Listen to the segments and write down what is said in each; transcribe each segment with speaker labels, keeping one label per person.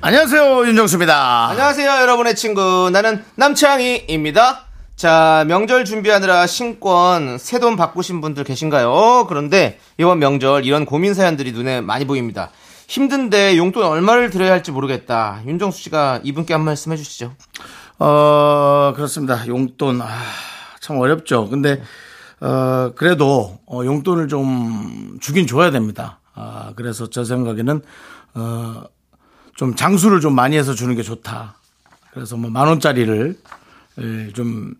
Speaker 1: 안녕하세요 윤정수입니다.
Speaker 2: 안녕하세요, 여러분의 친구. 나는 남창희입니다. 자, 명절 준비하느라 신권, 새돈 바꾸신 분들 계신가요? 그런데 이번 명절 이런 고민 사연들이 눈에 많이 보입니다. 힘든데 용돈 얼마를 드려야 할지 모르겠다. 윤정수 씨가 이분께 한 말씀 해주시죠.
Speaker 1: 어 그렇습니다. 용돈 아, 참 어렵죠. 근데 어 그래도 어, 용돈을 좀 주긴 줘야 됩니다. 아 그래서 저 생각에는 어좀 장수를 좀 많이 해서 주는 게 좋다. 그래서 뭐 만 원짜리를 예, 좀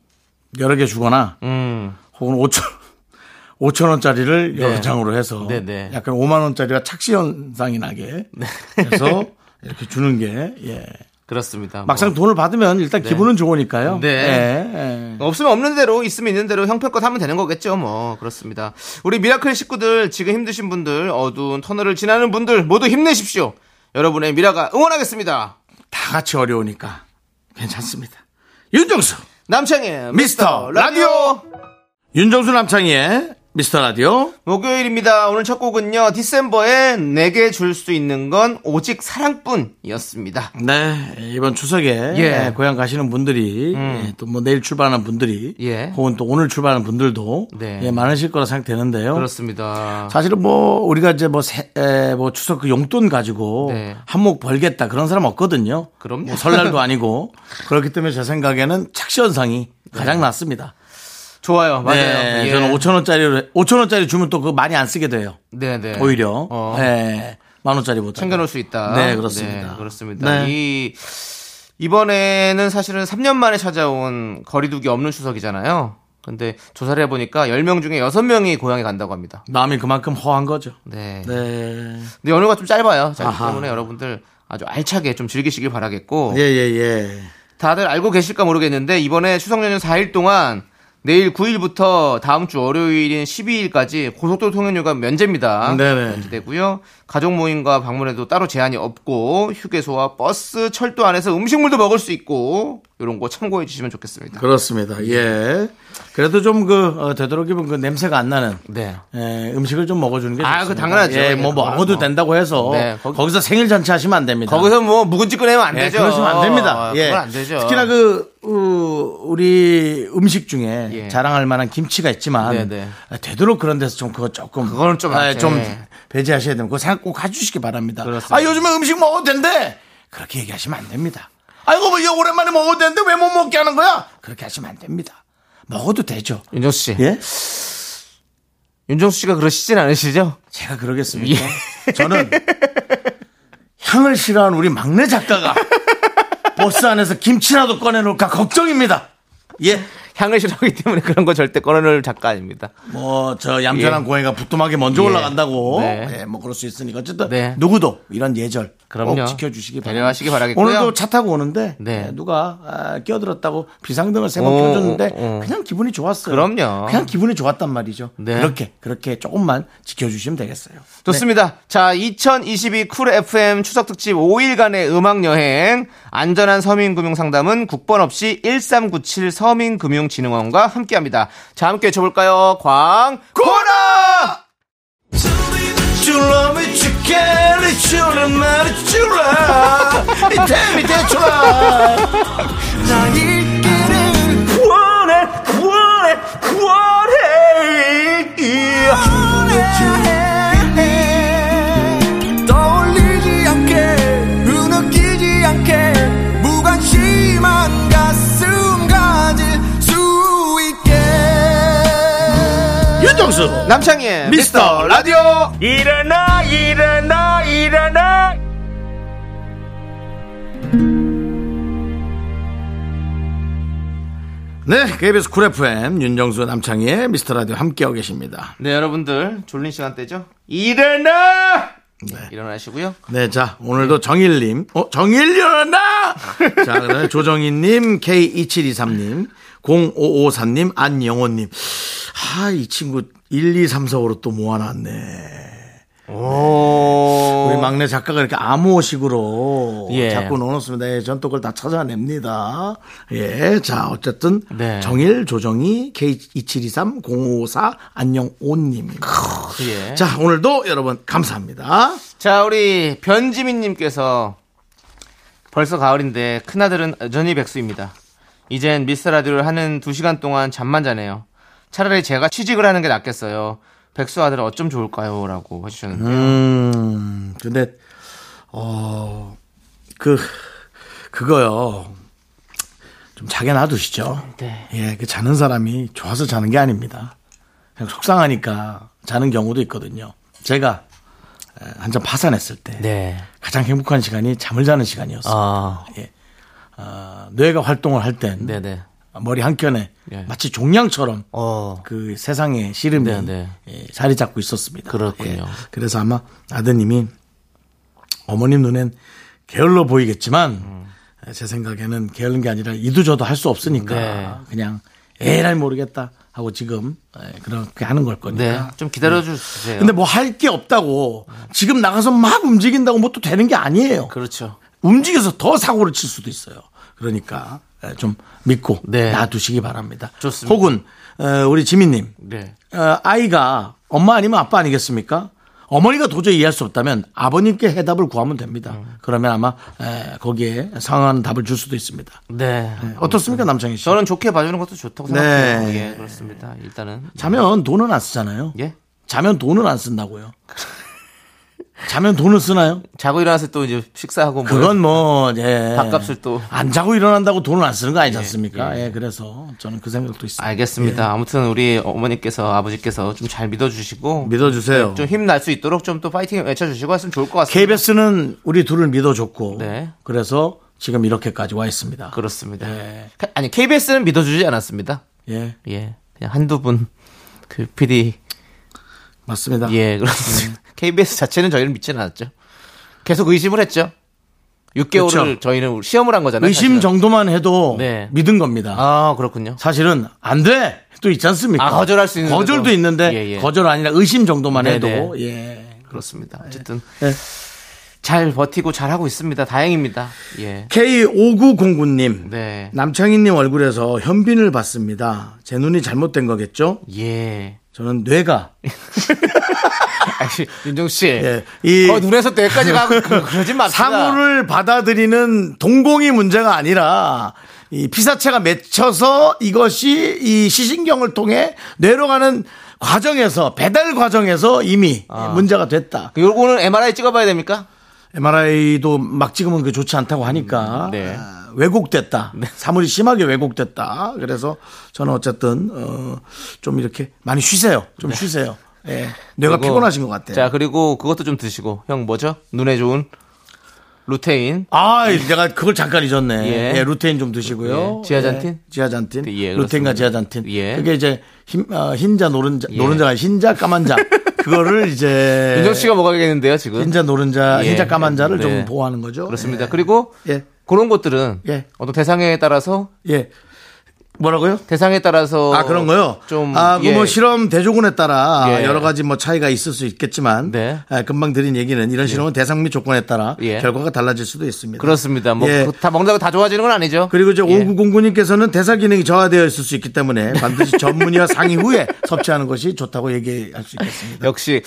Speaker 1: 여러 개 주거나
Speaker 2: 음,
Speaker 1: 혹은 오천 오천 원짜리를 여러
Speaker 2: 네.
Speaker 1: 장으로 해서
Speaker 2: 네, 네.
Speaker 1: 약간 오만 원짜리가 착시 현상이 나게 해서 이렇게 주는 게 예.
Speaker 2: 그렇습니다. 뭐.
Speaker 1: 막상 돈을 받으면 일단 기분은 좋으니까요.
Speaker 2: 네.
Speaker 1: 예, 예.
Speaker 2: 없으면 없는 대로 있으면 있는 대로 형편껏 하면 되는 거겠죠 뭐 그렇습니다 우리 미라클 식구들 지금 힘드신 분들 어두운 터널을 지나는 분들 모두 힘내십시오 여러분의 미라가 응원하겠습니다
Speaker 1: 다 같이 어려우니까 괜찮습니다. 윤정수, 미스터
Speaker 2: 남창의 미스터 라디오
Speaker 1: 윤정수 남창희의 미스터 라디오.
Speaker 2: 목요일입니다 오늘 첫 곡은요 디셈버에 내게 줄 수 있는 건 오직 사랑뿐이었습니다
Speaker 1: 네, 이번 추석에
Speaker 2: 예.
Speaker 1: 예, 고향 가시는 분들이 또 뭐 내일 출발하는 분들이
Speaker 2: 예.
Speaker 1: 혹은 또 오늘 출발하는 분들도
Speaker 2: 네.
Speaker 1: 예, 많으실 거라 생각되는데요.
Speaker 2: 그렇습니다
Speaker 1: 사실은 뭐 우리가 이제 뭐, 세- 에, 뭐 추석 그 용돈 가지고
Speaker 2: 네.
Speaker 1: 한몫 벌겠다 그런 사람 없거든요.
Speaker 2: 그럼요.
Speaker 1: 뭐 설날도 아니고 그렇기 때문에 제 생각에는 착시 현상이 가장 낫습니다.
Speaker 2: 좋아요 맞아요
Speaker 1: 네,
Speaker 2: 예.
Speaker 1: 저는 5천 원짜리로 5천 원짜리 주면 또 그거 많이 안 쓰게 돼요.
Speaker 2: 네네
Speaker 1: 오히려
Speaker 2: 어.
Speaker 1: 예, 만 원짜리보다
Speaker 2: 챙겨놓을 수 있다.
Speaker 1: 네, 그렇습니다.
Speaker 2: 네, 그렇습니다.
Speaker 1: 네.
Speaker 2: 이 이번에는 사실은 3년 만에 찾아온 거리두기 없는 추석이잖아요. 근데 조사를 해보니까 10명 중에 6명이 고향에 간다고 합니다.
Speaker 1: 마음이 그만큼 허한 거죠.
Speaker 2: 네.
Speaker 1: 네.
Speaker 2: 근데 연휴가 좀 짧아요. 짧기
Speaker 1: 아하.
Speaker 2: 때문에 여러분들 아주 알차게 좀 즐기시길 바라겠고.
Speaker 1: 예, 예, 예.
Speaker 2: 다들 알고 계실까 모르겠는데 이번에 추석 연휴 4일 동안 내일 9일부터 다음 주 월요일인 12일까지 고속도로 통행료가 면제입니다.
Speaker 1: 네네.
Speaker 2: 면제되고요. 가족 모임과 방문에도 따로 제한이 없고 휴게소와 버스, 철도 안에서 음식물도 먹을 수 있고 이런 거 참고해 주시면 좋겠습니다.
Speaker 1: 그렇습니다. 예. 그래도 좀 그 되도록이면 그 냄새가 안 나는
Speaker 2: 네.
Speaker 1: 예, 음식을 좀 먹어주는 게
Speaker 2: 아,
Speaker 1: 좋습니다.
Speaker 2: 그 당연하죠.
Speaker 1: 예,
Speaker 2: 예,
Speaker 1: 뭐
Speaker 2: 그거는
Speaker 1: 먹어도
Speaker 2: 뭐.
Speaker 1: 된다고 해서
Speaker 2: 네,
Speaker 1: 거기, 서 생일 잔치 하시면 안 됩니다.
Speaker 2: 거기서 뭐 묵은지 꺼내면 안
Speaker 1: 예,
Speaker 2: 되죠.
Speaker 1: 그러시면 안 됩니다.
Speaker 2: 아,
Speaker 1: 예.
Speaker 2: 그건 안 되죠.
Speaker 1: 특히나 그 어, 우리 음식 중에
Speaker 2: 예.
Speaker 1: 자랑할 만한 김치가 있지만
Speaker 2: 네, 네.
Speaker 1: 아, 되도록 그런 데서 좀 그거 조금
Speaker 2: 그거는 좀
Speaker 1: 아,
Speaker 2: 안-
Speaker 1: 좀
Speaker 2: 예.
Speaker 1: 배제하셔야 됩니다. 그거 생각 꼭 해주시기 바랍니다.
Speaker 2: 그렇습니다.
Speaker 1: 아 요즘에 음식 먹어도 된대 그렇게 얘기하시면 안 됩니다. 아이고 뭐 이거 오랜만에 먹어도 되는데 왜 못 먹게 하는 거야? 그렇게 하시면 안 됩니다. 먹어도 되죠.
Speaker 2: 윤정수 씨.
Speaker 1: 예?
Speaker 2: 윤정수 씨가 그러시진 않으시죠?
Speaker 1: 제가 그러겠습니까?
Speaker 2: 예.
Speaker 1: 저는 향을 싫어하는 우리 막내 작가가 버스 안에서 김치라도 꺼내놓을까 걱정입니다. 예.
Speaker 2: 향을 싫어하기 때문에 그런 거 절대 꺼내놓을 작가 아닙니다.
Speaker 1: 뭐, 저 얌전한
Speaker 2: 예.
Speaker 1: 고양이가 부뚜막에 먼저
Speaker 2: 예.
Speaker 1: 올라간다고.
Speaker 2: 네.
Speaker 1: 예, 뭐, 그럴 수 있으니까. 어쨌든,
Speaker 2: 네.
Speaker 1: 누구도 이런 예절. 꼭
Speaker 2: 그럼요.
Speaker 1: 지켜주시기 바랍니다.
Speaker 2: 배려하시기 바라겠고요.
Speaker 1: 오늘도 차 타고 오는데,
Speaker 2: 네.
Speaker 1: 예, 누가 아, 끼어들었다고 비상등을 세 번
Speaker 2: 오,
Speaker 1: 켜줬는데,
Speaker 2: 오, 오.
Speaker 1: 그냥 기분이 좋았어요.
Speaker 2: 그럼요.
Speaker 1: 그냥 기분이 좋았단 말이죠.
Speaker 2: 네.
Speaker 1: 그렇게, 그렇게 조금만 지켜주시면 되겠어요. 네.
Speaker 2: 좋습니다. 자, 2022 쿨 FM 추석 특집 5일간의 음악 여행. 안전한 서민금융 상담은 국번 없이 1397 서민금융진흥원과 함께 합니다. 자, 함께 외쳐볼까요? 광, 고라!
Speaker 3: 떠올리지 않게 흐느끼지 않게 무관심한 가슴까지 수 있게
Speaker 1: 윤정수!
Speaker 2: 남창희의
Speaker 1: 미스터 라디오!
Speaker 4: 일어나 일어나 일어나
Speaker 1: 네, KBS 쿨 FM 윤정수 남창희의 미스터 라디오 함께하고 계십니다.
Speaker 2: 네, 여러분들, 졸린 시간대죠? 일어나! 네, 일어나시고요.
Speaker 1: 네, 자, 오늘도 정일님. 어, 정일 일어나! 자, 그다음에 조정희님, K2723님, 0554님, 안영호님. 아, 이 친구 1, 2, 3, 4호로 또 모아놨네.
Speaker 2: 오.
Speaker 1: 우리 막내 작가가 이렇게 암호식으로
Speaker 2: 어. 예.
Speaker 1: 자꾸 넣어놓습니다. 예, 전 또 그걸 다 찾아냅니다. 예, 자, 어쨌든.
Speaker 2: 네.
Speaker 1: 정일, 조정희, K2723, 0554, 안영호님.
Speaker 2: 예. 자,
Speaker 1: 자, 오늘도 여러분 감사합니다.
Speaker 2: 자, 우리 변지민님께서 벌써 가을인데 큰아들은 여전히 백수입니다. 이젠 미스 라디오를 하는 두시간 동안 잠만 자네요. 차라리 제가 취직을 하는 게 낫겠어요. 백수 아들 어쩜 좋을까요? 라고 해주셨는데.
Speaker 1: 음, 근데, 어, 그, 그거요. 좀 자게 놔두시죠.
Speaker 2: 네.
Speaker 1: 예, 그 자는 사람이 좋아서 자는 게 아닙니다. 그냥 속상하니까 자는 경우도 있거든요. 제가 한참 파산했을 때
Speaker 2: 네.
Speaker 1: 가장 행복한 시간이 잠을 자는 시간이었어요.
Speaker 2: 아,
Speaker 1: 뇌가 활동을 할 땐
Speaker 2: 네네.
Speaker 1: 머리 한켠에
Speaker 2: 예.
Speaker 1: 마치 종양처럼
Speaker 2: 어.
Speaker 1: 그 세상의 씨름이
Speaker 2: 네, 네.
Speaker 1: 예, 자리 잡고 있었습니다. 예.
Speaker 2: 그렇군요.
Speaker 1: 그래서 아마 아드님이 어머님 눈엔 게을러 보이겠지만
Speaker 2: 음.
Speaker 1: 제 생각에는 게으른 게 아니라 이도저도 할 수 없으니까
Speaker 2: 네.
Speaker 1: 그냥 에라이 모르겠다 하고 지금 예, 그렇게 하는 걸
Speaker 2: 네. 음.
Speaker 1: 거니까.
Speaker 2: 좀 기다려주세요.
Speaker 1: 근데 뭐 할 게 없다고 지금 나가서 막 움직인다고 뭐 또 되는 게 아니에요.
Speaker 2: 그렇죠.
Speaker 1: 움직여서 더 사고를 칠 수도 있어요. 그러니까 예, 좀 믿고
Speaker 2: 네.
Speaker 1: 놔두시기 바랍니다.
Speaker 2: 좋습니다.
Speaker 1: 혹은 어, 우리 지민님
Speaker 2: 네.
Speaker 1: 어, 아이가 엄마 아니면 아빠 아니겠습니까? 어머니가 도저히 이해할 수 없다면 아버님께 해답을 구하면 됩니다.
Speaker 2: 음.
Speaker 1: 그러면 아마 에, 거기에 상응하는 답을 줄 수도 있습니다.
Speaker 2: 네.
Speaker 1: 네, 어떻습니까, 남창희 씨?
Speaker 2: 저는 좋게 봐주는 것도 좋다고
Speaker 1: 네.
Speaker 2: 생각해요. 예, 그렇습니다. 일단은.
Speaker 1: 자면 돈은 안 쓰잖아요.
Speaker 2: 예?
Speaker 1: 자면 돈은 안 쓴다고요. 자면 돈을 쓰나요?
Speaker 2: 자고 일어나서 또 이제 식사하고 뭐
Speaker 1: 그건 뭐, 예.
Speaker 2: 밥값을 또.
Speaker 1: 안 자고 일어난다고 돈을 안 쓰는 거 아니지 않습니까? 예, 그래서 저는 그 생각도 있습니다.
Speaker 2: 알겠습니다. 아무튼 우리 어머니께서 아버지께서 좀 잘 믿어주시고
Speaker 1: 믿어주세요.
Speaker 2: 네, 좀 힘 날 수 있도록 좀 또 파이팅 외쳐주시고 했으면 좋을 것 같습니다.
Speaker 1: KBS는 우리 둘을 믿어줬고,
Speaker 2: 네.
Speaker 1: 그래서 지금 이렇게까지 와 있습니다.
Speaker 2: 그렇습니다.
Speaker 1: 예.
Speaker 2: 카- 아니 KBS는 믿어주지 않았습니다.
Speaker 1: 예,
Speaker 2: 예, 그냥 한두 분 그 PD
Speaker 1: 맞습니다.
Speaker 2: 예 그렇습니다.
Speaker 1: 음.
Speaker 2: KBS 자체는 저희를 믿지는 않았죠. 계속 의심을 했죠. 6개월을
Speaker 1: 그렇죠.
Speaker 2: 저희는 시험을 한 거잖아요.
Speaker 1: 의심
Speaker 2: 사실은.
Speaker 1: 정도만 해도
Speaker 2: 네.
Speaker 1: 믿은 겁니다.
Speaker 2: 아 그렇군요.
Speaker 1: 사실은 안 돼! 또 있지 않습니까?
Speaker 2: 아, 거절할 수 있는
Speaker 1: 거절도
Speaker 2: 데도.
Speaker 1: 있는데,
Speaker 2: 예, 예.
Speaker 1: 거절 아니라 의심 정도만
Speaker 2: 네,
Speaker 1: 해도, 예.
Speaker 2: 그렇습니다. 어쨌든
Speaker 1: 예.
Speaker 2: 잘 버티고 잘 하고 있습니다. 다행입니다. 예.
Speaker 1: K5909님.
Speaker 2: 네.
Speaker 1: 남창희님 얼굴에서 현빈을 봤습니다. 제 눈이 잘못된 거겠죠?
Speaker 2: 예.
Speaker 1: 저는 뇌가
Speaker 2: 아니, 윤정 씨.
Speaker 1: 예, 이
Speaker 2: 어, 눈에서 뇌까지 가고 그- 그러지 맙시다.
Speaker 1: 사물을 받아들이는 동공이 문제가 아니라 이 피사체가 맺혀서 이것이 이 시신경을 통해 뇌로 가는 과정에서 배달 과정에서 이미
Speaker 2: 아.
Speaker 1: 문제가 됐다.
Speaker 2: 요거는 MRI 찍어봐야 됩니까?
Speaker 1: MRI도 막 찍으면 그 좋지 않다고 하니까
Speaker 2: 음, 네.
Speaker 1: 아, 왜곡됐다. 사물이 심하게 왜곡됐다. 그래서 저는 어쨌든 어, 좀 이렇게 많이 쉬세요. 좀 쉬세요. 예. 뇌가
Speaker 2: 네. 그리고-
Speaker 1: 피곤하신 것 같아요.
Speaker 2: 자, 그리고 그것도 좀 드시고. 형 뭐죠? 눈에 좋은 루테인.
Speaker 1: 아, 내가 그걸 잠깐 잊었네.
Speaker 2: 예.
Speaker 1: 예, 루테인 좀 드시고요.
Speaker 2: 예. 지아잔틴?
Speaker 1: 예, 지아잔틴.
Speaker 2: 예, 그렇습니다.
Speaker 1: 루테인과 지아잔틴.
Speaker 2: 예.
Speaker 1: 그게 이제 흰, 어, 흰자 노른자
Speaker 2: 예.
Speaker 1: 노른자가 흰자 까만자 그거를 이제
Speaker 2: 윤정 씨가 먹어야겠는데요, 지금.
Speaker 1: 흰자 노른자
Speaker 2: 예.
Speaker 1: 흰자 까만자를
Speaker 2: 네.
Speaker 1: 좀 보호하는 거죠.
Speaker 2: 그렇습니다.
Speaker 1: 예.
Speaker 2: 그리고
Speaker 1: 예.
Speaker 2: 그런 것들은
Speaker 1: 예.
Speaker 2: 어떤 대상에 따라서
Speaker 1: 예. 뭐라고요?
Speaker 2: 대상에 따라서
Speaker 1: 아 그런 거요.
Speaker 2: 어, 좀
Speaker 1: 아, 그뭐
Speaker 2: 예.
Speaker 1: 실험 대조군에 따라
Speaker 2: 예.
Speaker 1: 여러 가지 뭐 차이가 있을 수 있겠지만
Speaker 2: 네.
Speaker 1: 아, 금방 드린 얘기는 이런 실험은 대상 및 조건에 따라
Speaker 2: 예.
Speaker 1: 결과가 달라질 수도 있습니다.
Speaker 2: 그렇습니다. 뭐
Speaker 1: 예.
Speaker 2: 그다 먹는다고 다 좋아지는 건 아니죠.
Speaker 1: 그리고 이제
Speaker 2: 예.
Speaker 1: 5909님께서는 대사 기능이 저하되어 있을 수 있기 때문에 반드시 전문의와 상의 후에 섭취하는 것이 좋다고 얘기할 수 있겠습니다.
Speaker 2: 역시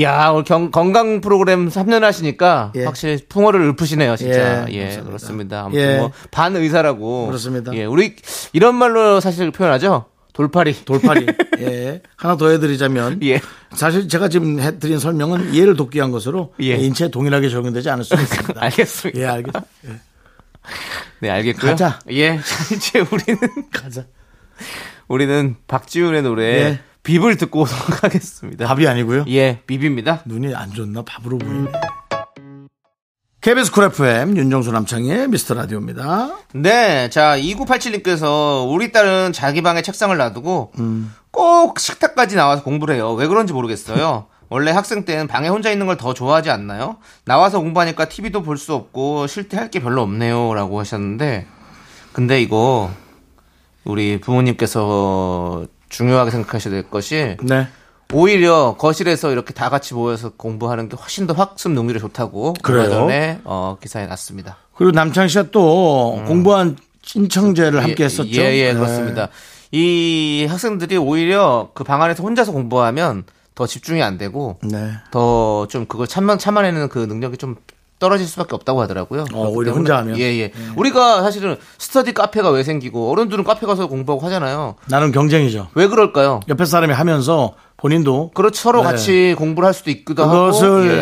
Speaker 2: 야 오늘 경- 건강 프로그램 3년 하시니까
Speaker 1: 예.
Speaker 2: 확실히 풍어를 읊으시네요 진짜
Speaker 1: 예,
Speaker 2: 예,
Speaker 1: 감사합니다.
Speaker 2: 그렇습니다 아무튼
Speaker 1: 예.
Speaker 2: 뭐 반의사라고
Speaker 1: 그렇습니다.
Speaker 2: 예 우리 이런 말로 사실 표현하죠 돌팔이
Speaker 1: 돌팔이. 예. 하나 더 해드리자면.
Speaker 2: 예.
Speaker 1: 사실 제가 지금 해드린 설명은 이해를 돕기 위한 것으로
Speaker 2: 예.
Speaker 1: 인체에 동일하게 적용되지 않을 수 있습니다.
Speaker 2: 알겠습니다
Speaker 1: 예, 알겠습니다.
Speaker 2: 네 알겠고요
Speaker 1: 가자.
Speaker 2: 예 이제 우리는
Speaker 1: 가자.
Speaker 2: 우리는 박지훈의 노래
Speaker 1: 예.
Speaker 2: 빕을 듣고 오도록 하겠습니다
Speaker 1: 밥이 아니고요.
Speaker 2: 예 빕입니다
Speaker 1: 눈이 안 좋나 밥으로 보이네. KBS 쿨 FM 윤정수 남창희의 미스터 라디오입니다.
Speaker 2: 네, 자 2987님께서 우리 딸은
Speaker 1: 음.
Speaker 2: 자기 방에 책상을 놔두고 꼭 식탁까지 나와서 공부를 해요. 왜 그런지 모르겠어요. 원래 학생 때는 방에 혼자 있는 걸 더 좋아하지 않나요? 나와서 공부하니까 TV도 볼 수 없고 쉴 때 할 게 별로 없네요. 라고 하셨는데, 근데 이거 우리 부모님께서 중요하게 생각하셔야 될 것이
Speaker 1: 네.
Speaker 2: 오히려 거실에서 이렇게 다 같이 모여서 공부하는 게 훨씬 더 학습 능률이 좋다고
Speaker 1: 그래요?
Speaker 2: 얼마 전에 어, 기사에 났습니다.
Speaker 1: 그리고 남창 씨가 또 공부한 신청제를 함께
Speaker 2: 음. 예,
Speaker 1: 했었죠.
Speaker 2: 예, 예,
Speaker 1: 네.
Speaker 2: 그렇습니다. 이 학생들이 오히려 그 방 안에서 혼자서 공부하면 더 집중이 안 되고
Speaker 1: 네.
Speaker 2: 더 좀 그걸 참만 참아내는 그 능력이 좀 떨어질 수밖에 없다고 하더라고요. 그렇기
Speaker 1: 오히려
Speaker 2: 때문에-
Speaker 1: 혼자 하면? 음.
Speaker 2: 예, 예. 우리가 사실은 스터디 카페가 왜 생기고 어른들은 카페 가서 공부하고 하잖아요.
Speaker 1: 나는 경쟁이죠.
Speaker 2: 왜 그럴까요?
Speaker 1: 옆에 사람이 하면서 본인도
Speaker 2: 그렇죠. 서로
Speaker 1: 네.
Speaker 2: 같이 공부를 할 수도 있기도 하고. 예.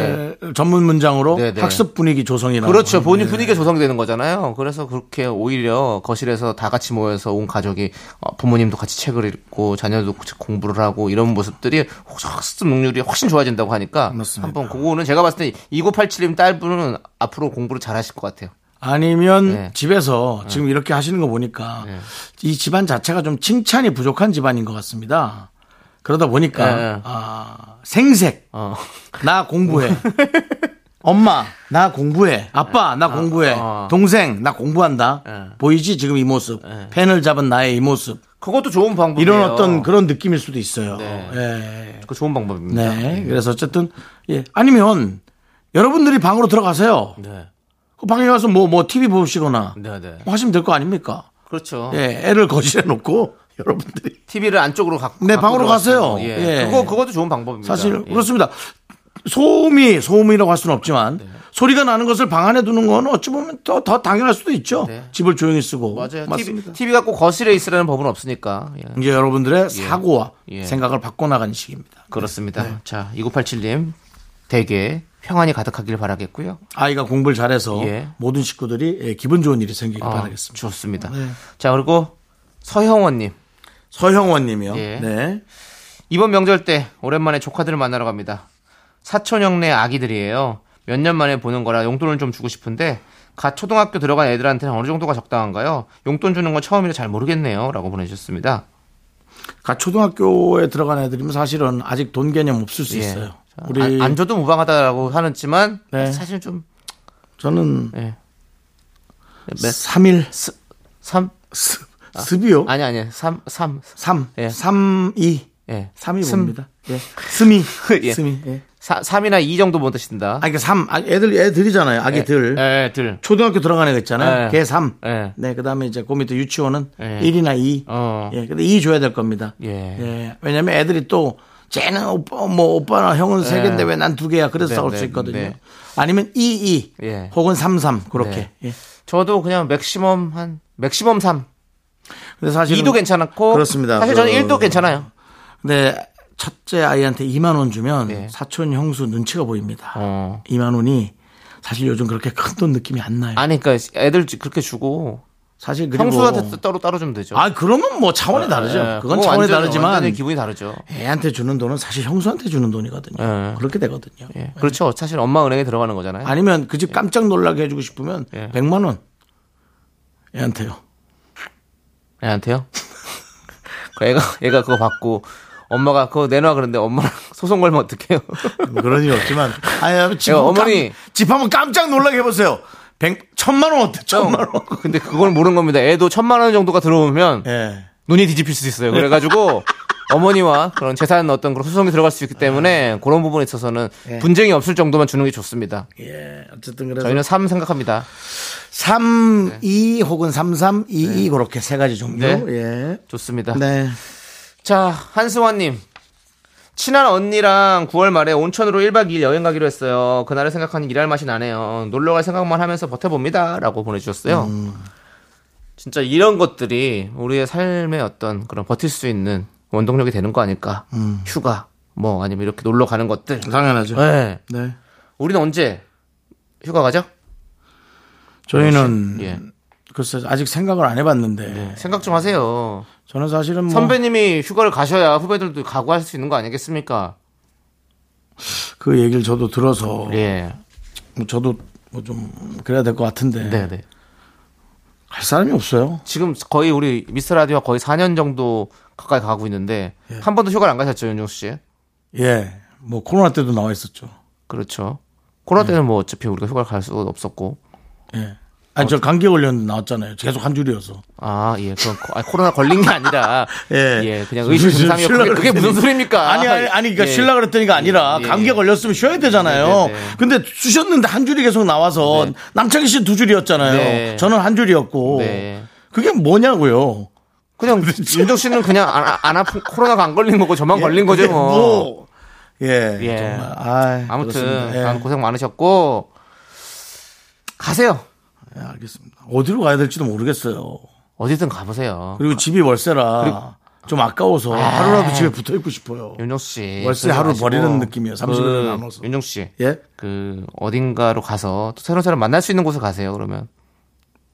Speaker 1: 그것을 전문 문장으로
Speaker 2: 네, 네.
Speaker 1: 학습 분위기 조성이라고.
Speaker 2: 그렇죠.
Speaker 1: 하는데.
Speaker 2: 본인 분위기가 조성되는 거잖아요. 그래서 그렇게 오히려 거실에서 다 같이 모여서 온 가족이 어, 부모님도 같이 책을 읽고 자녀도 같이 공부를 하고 이런 모습들이 혹시 학습 능률이 훨씬 좋아진다고 하니까
Speaker 1: 맞습니다.
Speaker 2: 한번 그거는 제가 봤을 때 2987님 딸분은 앞으로 공부를 잘하실 것 같아요.
Speaker 1: 아니면
Speaker 2: 네.
Speaker 1: 집에서 지금 이렇게 하시는 거 보니까 이 집안 자체가 좀 칭찬이 부족한 집안인 것 같습니다. 그러다 보니까
Speaker 2: 네.
Speaker 1: 아, 생색
Speaker 2: 어.
Speaker 1: 나 공부해. 엄마, 나 공부해. 아빠, 나 공부해.
Speaker 2: 어.
Speaker 1: 동생, 나 공부한다.
Speaker 2: 네.
Speaker 1: 보이지? 지금 이 모습. 펜을 잡은 나의 이 모습.
Speaker 2: 그것도 좋은 방법이에요.
Speaker 1: 이런 어떤 그런 느낌일 수도 있어요.
Speaker 2: 네.
Speaker 1: 예.
Speaker 2: 그거 좋은 방법입니다.
Speaker 1: 네. 그래서 어쨌든, 예. 아니면, 여러분들이 방으로 들어가세요.
Speaker 2: 네.
Speaker 1: 그 방에 가서 뭐, 뭐, TV 보시거나
Speaker 2: 네, 네.
Speaker 1: 뭐 하시면 될 거 아닙니까?
Speaker 2: 그렇죠.
Speaker 1: 예. 애를 거실에 놓고, 여러분들이.
Speaker 2: TV를 안쪽으로 갖고
Speaker 1: 네,
Speaker 2: 갖고
Speaker 1: 방으로
Speaker 2: 들어가시는
Speaker 1: 가세요.
Speaker 2: 거.
Speaker 1: 예.
Speaker 2: 그거 그것도 좋은 방법입니다.
Speaker 1: 사실,
Speaker 2: 예.
Speaker 1: 그렇습니다. 소음이, 소음이라고 할 수는 없지만,
Speaker 2: 네.
Speaker 1: 소리가 나는 것을 방 안에 두는 건 어찌 보면 더, 더 당연할 수도 있죠.
Speaker 2: 네.
Speaker 1: 집을 조용히 쓰고.
Speaker 2: 맞아요.
Speaker 1: 맞습니다.
Speaker 2: TV, TV가 꼭 거실에 있으라는 법은 없으니까. 예.
Speaker 1: 이제 여러분들의 사고와
Speaker 2: 예.
Speaker 1: 생각을 바꿔나가는 시기입니다.
Speaker 2: 그렇습니다.
Speaker 1: 네.
Speaker 2: 자, 2987님 대게 평안이 가득하길 바라겠고요.
Speaker 1: 아이가 공부를 잘해서
Speaker 2: 예.
Speaker 1: 모든 식구들이 예, 기분 좋은 일이 생기길
Speaker 2: 아,
Speaker 1: 바라겠습니다.
Speaker 2: 좋습니다.
Speaker 1: 네.
Speaker 2: 자, 그리고 서형원님
Speaker 1: 서형원 님이요.
Speaker 2: 예.
Speaker 1: 네.
Speaker 2: 이번 명절 때 오랜만에 조카들을 만나러 갑니다. 사촌 형네 아기들이에요. 몇 년 만에 보는 거라 용돈을 좀 주고 싶은데 갓 초등학교 들어간 애들한테는 어느 정도가 적당한가요? 용돈 주는 건 처음이라 잘 모르겠네요라고 보내주셨습니다.
Speaker 1: 가 그러니까 초등학교에 들어간 애들이면 사실은 아직 돈 개념 없을 수
Speaker 2: 예.
Speaker 1: 있어요.
Speaker 2: 자,
Speaker 1: 우리
Speaker 2: 안, 안 줘도 무방하다라고 하는지만
Speaker 1: 네.
Speaker 2: 사실 좀
Speaker 1: 저는
Speaker 2: 예. 네.
Speaker 1: 3일
Speaker 2: 삼
Speaker 1: 습, 습이요.
Speaker 2: 아니 아니 삼 삼
Speaker 1: 3.
Speaker 2: 예.
Speaker 1: 3 2.
Speaker 2: 예.
Speaker 1: 3이
Speaker 2: 슴.
Speaker 1: 뭡니다. 예. 스미.
Speaker 2: 예.
Speaker 1: 스미. 예.
Speaker 2: 사, 3이나 2 정도 못 드신다.
Speaker 1: 아 그러니까 3. 애들 애들이잖아요. 아기들.
Speaker 2: 예, 들.
Speaker 1: 초등학교 들어간 애가 있잖아요.
Speaker 2: 예.
Speaker 1: 걔 3.
Speaker 2: 예.
Speaker 1: 네, 그다음에 이제 그 밑에 유치원은
Speaker 2: 예.
Speaker 1: 1이나 2.
Speaker 2: 어.
Speaker 1: 예, 근데 2 줘야 될 겁니다.
Speaker 2: 예.
Speaker 1: 왜냐면 애들이 또 쟤는 오빠 뭐 오빠나 형은 세 개인데 왜 난 두 개야? 그래서
Speaker 2: 예. 네,
Speaker 1: 싸울
Speaker 2: 네,
Speaker 1: 수 있거든요.
Speaker 2: 네.
Speaker 1: 아니면 2 2
Speaker 2: 예.
Speaker 1: 혹은 3 3 그렇게.
Speaker 2: 네.
Speaker 1: 예.
Speaker 2: 저도 그냥 맥시멈 한 맥시멈 3.
Speaker 1: 근데 사실
Speaker 2: 2도 괜찮았고
Speaker 1: 그렇습니다.
Speaker 2: 사실 저는
Speaker 1: 그-
Speaker 2: 1도 괜찮아요.
Speaker 1: 네. 첫째 아이한테 2만 원 주면
Speaker 2: 네.
Speaker 1: 사촌 형수 눈치가 보입니다.
Speaker 2: 어.
Speaker 1: 2만 원이 사실 요즘 그렇게 큰 돈 느낌이 안 나요.
Speaker 2: 아니 그러니까 애들 지- 그렇게 주고
Speaker 1: 사실 그리고
Speaker 2: 형수한테 따로 따로 주면 되죠.
Speaker 1: 아 그러면 뭐 차원이 다르죠.
Speaker 2: 예,
Speaker 1: 그건
Speaker 2: 그거
Speaker 1: 차원이
Speaker 2: 완전히-
Speaker 1: 다르지만
Speaker 2: 완전히 기분이 다르죠.
Speaker 1: 애한테 주는 돈은 사실 형수한테 주는 돈이거든요.
Speaker 2: 예.
Speaker 1: 그렇게 되거든요.
Speaker 2: 예. 그렇죠. 사실 엄마 은행에 들어가는 거잖아요.
Speaker 1: 음. 아니면 그 집 깜짝 놀라게 해주고 싶으면
Speaker 2: 예.
Speaker 1: 100만 원 애한테요.
Speaker 2: 예, 애한테요. 그 애가 애가 그거 받고 엄마가 그거 내놔 그런데 엄마 소송 걸면 어떡해요?
Speaker 1: 뭐 그런 일 없지만 아니 집
Speaker 2: 야,
Speaker 1: 한번
Speaker 2: 어머니.
Speaker 1: 깜- 집 한번 깜짝 놀라게 해보세요. 100 천만 원 어때? 천만 원.
Speaker 2: 근데 그걸 모르는 겁니다. 애도 천만 원 정도가 들어오면
Speaker 1: 예.
Speaker 2: 눈이 뒤집힐 수도 있어요. 그래가지고 어머니와 그런 재산 어떤 그런 소송이 들어갈
Speaker 1: 아.
Speaker 2: 수 있기 때문에 그런 부분에 있어서는 분쟁이 없을 정도만 주는 게 좋습니다.
Speaker 1: 예. 어쨌든 네. 그래서
Speaker 2: 저희는 3 생각합니다.
Speaker 1: 3, 2 혹은 3, 3, 2, 2 그렇게 세 가지 종류.
Speaker 2: 네.
Speaker 1: 예.
Speaker 2: 좋습니다.
Speaker 1: 네.
Speaker 2: 자, 한승환님. 친한 언니랑 9월 말에 온천으로 1박 2일 여행 가기로 했어요. 그날을 생각하니 일할 맛이 나네요. 놀러 갈 생각만 하면서 버텨봅니다. 라고 보내주셨어요.
Speaker 1: 음.
Speaker 2: 진짜 이런 것들이 우리의 삶의 어떤 그런 버틸 수 있는 원동력이 되는 거 아닐까. 휴가, 뭐 아니면 이렇게 놀러 가는 것들.
Speaker 1: 음. 당연하죠.
Speaker 2: 네.
Speaker 1: 네.
Speaker 2: 우리는 언제 휴가 가죠?
Speaker 1: 저희는
Speaker 2: 예.
Speaker 1: 글쎄 아직 생각을 안 해봤는데
Speaker 2: 생각 좀 하세요.
Speaker 1: 저는 사실은 뭐
Speaker 2: 선배님이 휴가를 가셔야 후배들도 각오할 수 있는 거 아니겠습니까?
Speaker 1: 그 얘기를 저도 들어서
Speaker 2: 예.
Speaker 1: 뭐 저도 뭐 좀 그래야 될 것 같은데
Speaker 2: 네, 네.
Speaker 1: 갈 사람이 없어요.
Speaker 2: 지금 거의 우리 미스 라디오 거의 4년 정도 가까이 가고 있는데 한 번도 휴가를 안 가셨죠, 윤종수 씨?
Speaker 1: 예. 뭐 코로나 때도 나와 있었죠.
Speaker 2: 그렇죠. 코로나
Speaker 1: 네.
Speaker 2: 때는 뭐 어차피 우리가 휴가를 갈 수가 없었고.
Speaker 1: 예. 아니 저 감기 걸렸는데 나왔잖아요. 계속 한 줄이어서.
Speaker 2: 아, 예. 그건 코- 아, 코로나 걸린 게 아니라.
Speaker 1: 예.
Speaker 2: 예. 그냥 의심
Speaker 1: 무슨
Speaker 2: 증상이었고.
Speaker 1: 쉴라
Speaker 2: 그게, 그게 무슨
Speaker 1: 그랬더니-
Speaker 2: 소리입니까?
Speaker 1: 아니 아니 아니 그러니까
Speaker 2: 예.
Speaker 1: 쉴라 그랬더니가 아니라
Speaker 2: 예,
Speaker 1: 감기
Speaker 2: 예.
Speaker 1: 에 걸렸으면 쉬어야 되잖아요.
Speaker 2: 네, 네, 네.
Speaker 1: 근데 쑤셨는데 한 줄이 계속 나와서 남창희 씨 두 줄이었잖아요.
Speaker 2: 네.
Speaker 1: 저는 한 줄이었고
Speaker 2: 네.
Speaker 1: 그게 뭐냐고요.
Speaker 2: 그냥 윤정 씨는 그냥 안, 안 아픈 코로나가 안 걸린 거고 저만 걸린 거죠
Speaker 1: 예, 그게
Speaker 2: 뭐.
Speaker 1: 뭐. 예,
Speaker 2: 예.
Speaker 1: 정말. 아이,
Speaker 2: 아무튼
Speaker 1: 그렇습니다. 예.
Speaker 2: 다음 고생 많으셨고 가세요.
Speaker 1: 예, 알겠습니다. 어디로 가야 될지도 모르겠어요.
Speaker 2: 어디든 가보세요.
Speaker 1: 그리고 집이 월세라 좀 아까워서 하루라도 집에 붙어 있고 싶어요.
Speaker 2: 윤정 씨
Speaker 1: 월세
Speaker 2: 그러지
Speaker 1: 하루
Speaker 2: 마시고
Speaker 1: 버리는 느낌이에요. 30 일을
Speaker 2: 그
Speaker 1: 나눠서.
Speaker 2: 윤정 씨,
Speaker 1: 예?
Speaker 2: 그 어딘가로 가서 또 새로운 사람 만날 수 있는 곳을 가세요. 그러면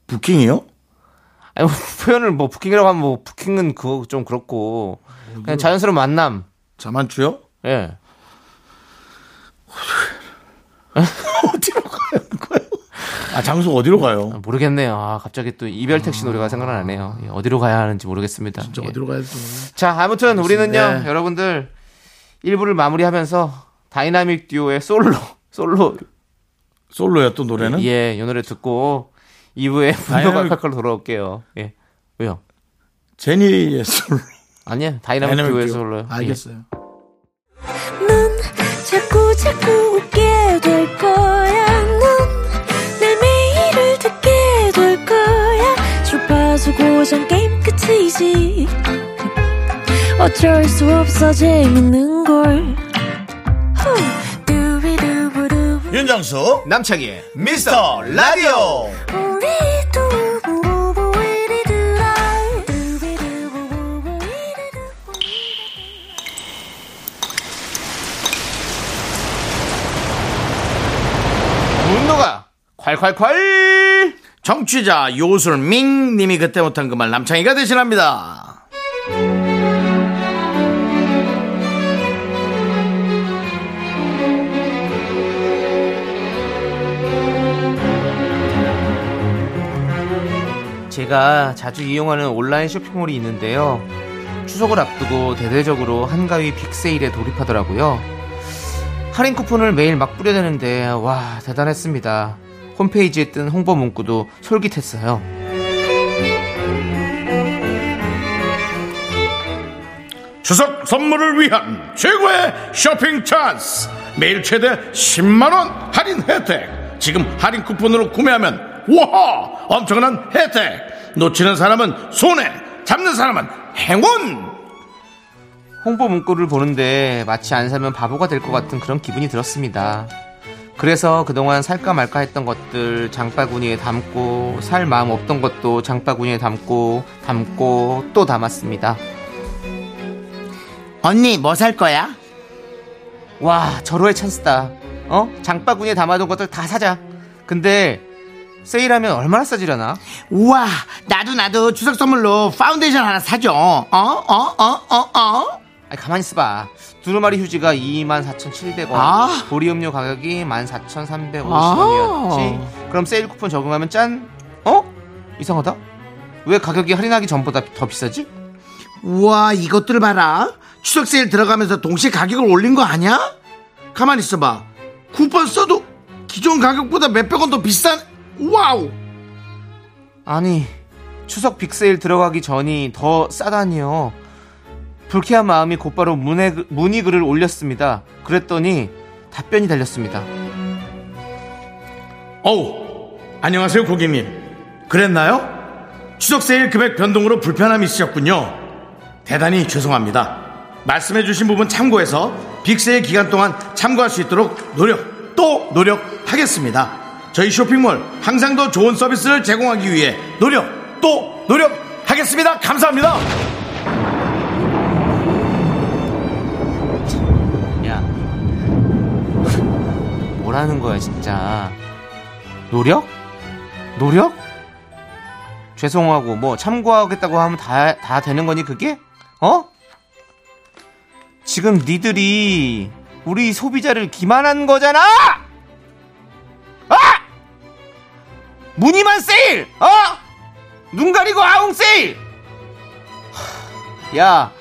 Speaker 1: 부킹이요?
Speaker 2: 아니 뭐 표현을 뭐 부킹이라고 하면 뭐 부킹은 그거 좀 그렇고 그냥 자연스러운 만남.
Speaker 1: 자만추요?
Speaker 2: 예.
Speaker 1: 어디로 가야 하는 거예요? 아, 장소 어디로
Speaker 2: 아,
Speaker 1: 가요?
Speaker 2: 모르겠네요. 아, 갑자기 또 이별 택시 노래가 생각나네요. 예, 어디로 가야 하는지 모르겠습니다.
Speaker 1: 저
Speaker 2: 예.
Speaker 1: 음. 어디로 가야 되죠?
Speaker 2: 자, 아무튼 우리는요,
Speaker 1: 네.
Speaker 2: 여러분들 1부를 마무리하면서 다이나믹 듀오의 솔로, 솔로,
Speaker 1: 솔로야 또 노래는?
Speaker 2: 예, 이 노래 듣고 2부에 분노가
Speaker 1: 음? 다이나믹-
Speaker 2: 칼칼로 돌아올게요. 예. 왜요?
Speaker 1: 제니의 솔로.
Speaker 2: 아니야,
Speaker 1: 예,
Speaker 2: 다이나믹, 듀오의 솔로요. 예.
Speaker 1: 알겠어요.
Speaker 5: 넌 자꾸 자꾸 웃게 될 거야. 넌내 매일을 듣게 될 거야. 주파수 고정 게임 끝이지. 어쩔 수 없어 재밌는 걸. 후. 두비두부두.
Speaker 1: 윤정수,
Speaker 2: 남창희의
Speaker 1: 미스터 라디오!
Speaker 5: 우리 두부부부 우리 두라. 두비두부부부 우리 두부부.
Speaker 2: 분노가 콸콸콸!
Speaker 1: 정취자 요술밍 님이 그때 못한 그 말 남창희가 대신합니다.
Speaker 2: 제가 자주 이용하는 온라인 쇼핑몰이 있는데요. 추석을 앞두고 대대적으로 한가위 빅세일에 돌입하더라고요. 할인 쿠폰을 매일 막 뿌려대는데 와 대단했습니다. 홈페이지에 뜬 홍보 문구도 솔깃했어요.
Speaker 1: 추석 선물을 위한 최고의 쇼핑 찬스. 매일 최대 10만원 할인 혜택. 지금 할인 쿠폰으로 구매하면, 우와! 엄청난 혜택. 놓치는 사람은 손해, 잡는 사람은 행운!
Speaker 2: 홍보 문구를 보는데 마치 안 사면 바보가 될 것 같은 그런 기분이 들었습니다. 그래서 그동안 살까 말까 했던 것들 장바구니에 담고 살 마음 없던 것도 장바구니에 담고 담고 또 담았습니다.
Speaker 6: 언니 뭐 살 거야?
Speaker 2: 와 절호의 찬스다 어 장바구니에 담아둔 것들 다 사자 근데 세일하면 얼마나 싸지려나
Speaker 6: 우와 나도 나도 추석 선물로 파운데이션 하나 사줘 어? 어? 어? 어? 어?
Speaker 2: 아니 가만히 있어봐 두루마리 휴지가 24,700원
Speaker 6: 아.
Speaker 2: 보리음료 가격이 14,350원이었지 그럼 세일 쿠폰 적용하면 짠 어? 이상하다 왜 가격이 할인하기 전보다 더 비싸지?
Speaker 6: 우와 이것들 봐라 추석 세일 들어가면서 동시에 가격을 올린 거 아니야? 가만히 있어봐 쿠폰 써도 기존 가격보다 몇백 원 더 비싼 와우
Speaker 2: 아니 추석 빅세일 들어가기 전이 더 싸다니요 불쾌한 마음이 곧바로 문의, 문의 글을 올렸습니다 그랬더니 답변이 달렸습니다
Speaker 1: 어우, 안녕하세요, 고객님. 그랬나요? 추석 세일 금액 변동으로 불편함이 있으셨군요. 대단히 죄송합니다. 말씀해주신 부분 참고해서 빅세일 기간 동안 참고할 수 있도록 노력, 또 노력하겠습니다. 저희 쇼핑몰 항상 더 좋은 서비스를 제공하기 위해 노력, 또 노력하겠습니다. 감사합니다.
Speaker 2: 야 뭐라는 거야 진짜 노력? 노력? 죄송하고 뭐 참고하겠다고 하면 다, 다 되는 거니 그게? 어? 지금 니들이 우리 소비자를 기만한 거잖아! 아! 무늬만 세일! 어? 눈 가리고 아웅 세일! 야,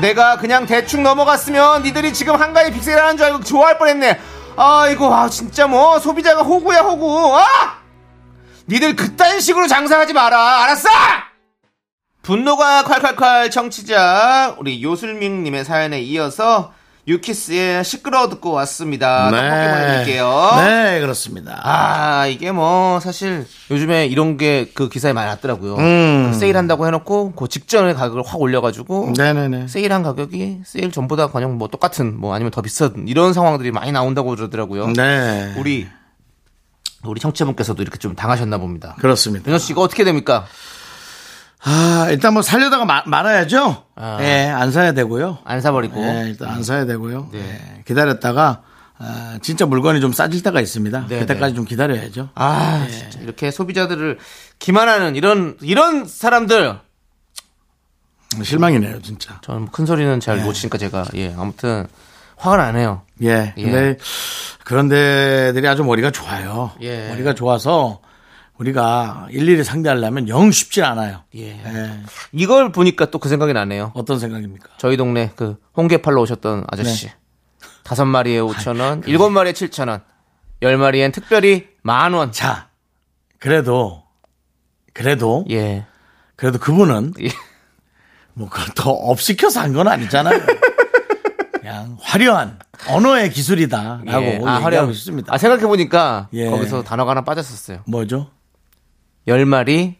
Speaker 2: 내가 그냥 대충 넘어갔으면 니들이 지금 한가위 빅셀하는 줄 알고 좋아할 뻔했네. 아이고, 아, 진짜 뭐, 소비자가 호구야, 호구. 아! 니들 그딴 식으로 장사하지 마라. 알았어! 분노가 콸콸콸 청취자, 우리 요술밍님의 사연에 이어서 유키스의 시끄러워 듣고 왔습니다. 아, 떡볶이 보내드릴게요.
Speaker 1: 네, 그렇습니다.
Speaker 2: 아 이게 뭐 사실 요즘에 이런 게 그 기사에 많이 났더라고요.
Speaker 1: 음.
Speaker 2: 그 세일한다고 해놓고 그 직전에 가격을 확 올려가지고
Speaker 1: 네네네.
Speaker 2: 세일한 가격이 세일 전보다 그냥 뭐 똑같은 뭐 아니면 더 비싼 이런 상황들이 많이 나온다고 그러더라고요.
Speaker 1: 네.
Speaker 2: 우리 우리 청취자분께서도 이렇게 좀 당하셨나 봅니다.
Speaker 1: 그렇습니다.
Speaker 2: 윤호 씨 이거 어떻게 됩니까?
Speaker 1: 아, 일단 뭐 살려다가 마- 말아야죠.
Speaker 2: 아.
Speaker 1: 예, 안 사야 되고요.
Speaker 2: 안 사버리고
Speaker 1: 예, 일단
Speaker 2: 음.
Speaker 1: 안 사야 되고요.
Speaker 2: 네.
Speaker 1: 예, 기다렸다가 아, 진짜 물건이 좀 싸질 때가 있습니다.
Speaker 2: 네,
Speaker 1: 그때까지
Speaker 2: 네.
Speaker 1: 좀 기다려야죠. 네.
Speaker 2: 아 진짜 이렇게 소비자들을 기만하는 이런 이런 사람들
Speaker 1: 실망이네요, 진짜.
Speaker 2: 저는 뭐 큰 소리는
Speaker 1: 네.
Speaker 2: 잘 못 치니까 제가 예 아무튼 화가 나네요.
Speaker 1: 예. 근데 그런 데들이 아주 머리가 좋아요.
Speaker 2: 예.
Speaker 1: 머리가 좋아서 우리가 일일이 상대하려면 영 쉽지 않아요.
Speaker 2: 예.
Speaker 1: 예.
Speaker 2: 이걸 보니까 또 그 생각이 나네요.
Speaker 1: 어떤 생각입니까?
Speaker 2: 저희 동네 그 홍게팔로 오셨던 아저씨.
Speaker 1: 네.
Speaker 2: 다섯 마리에 5천 원, 일곱 마리에 7천 원, 열 마리엔 특별히 만 원.
Speaker 1: 자, 그래도 그래도
Speaker 2: 예.
Speaker 1: 그래도 그분은
Speaker 2: 예.
Speaker 1: 뭐 그걸 더 업시켜서 한 건 아니잖아요. 그냥 화려한 언어의 기술이다라고
Speaker 2: 예.
Speaker 1: 얘기하고
Speaker 2: 화려한-
Speaker 1: 싶습니다.
Speaker 2: 아 생각해 보니까
Speaker 1: 예.
Speaker 2: 거기서 단어가 하나 빠졌었어요.
Speaker 1: 뭐죠?
Speaker 2: 열 마리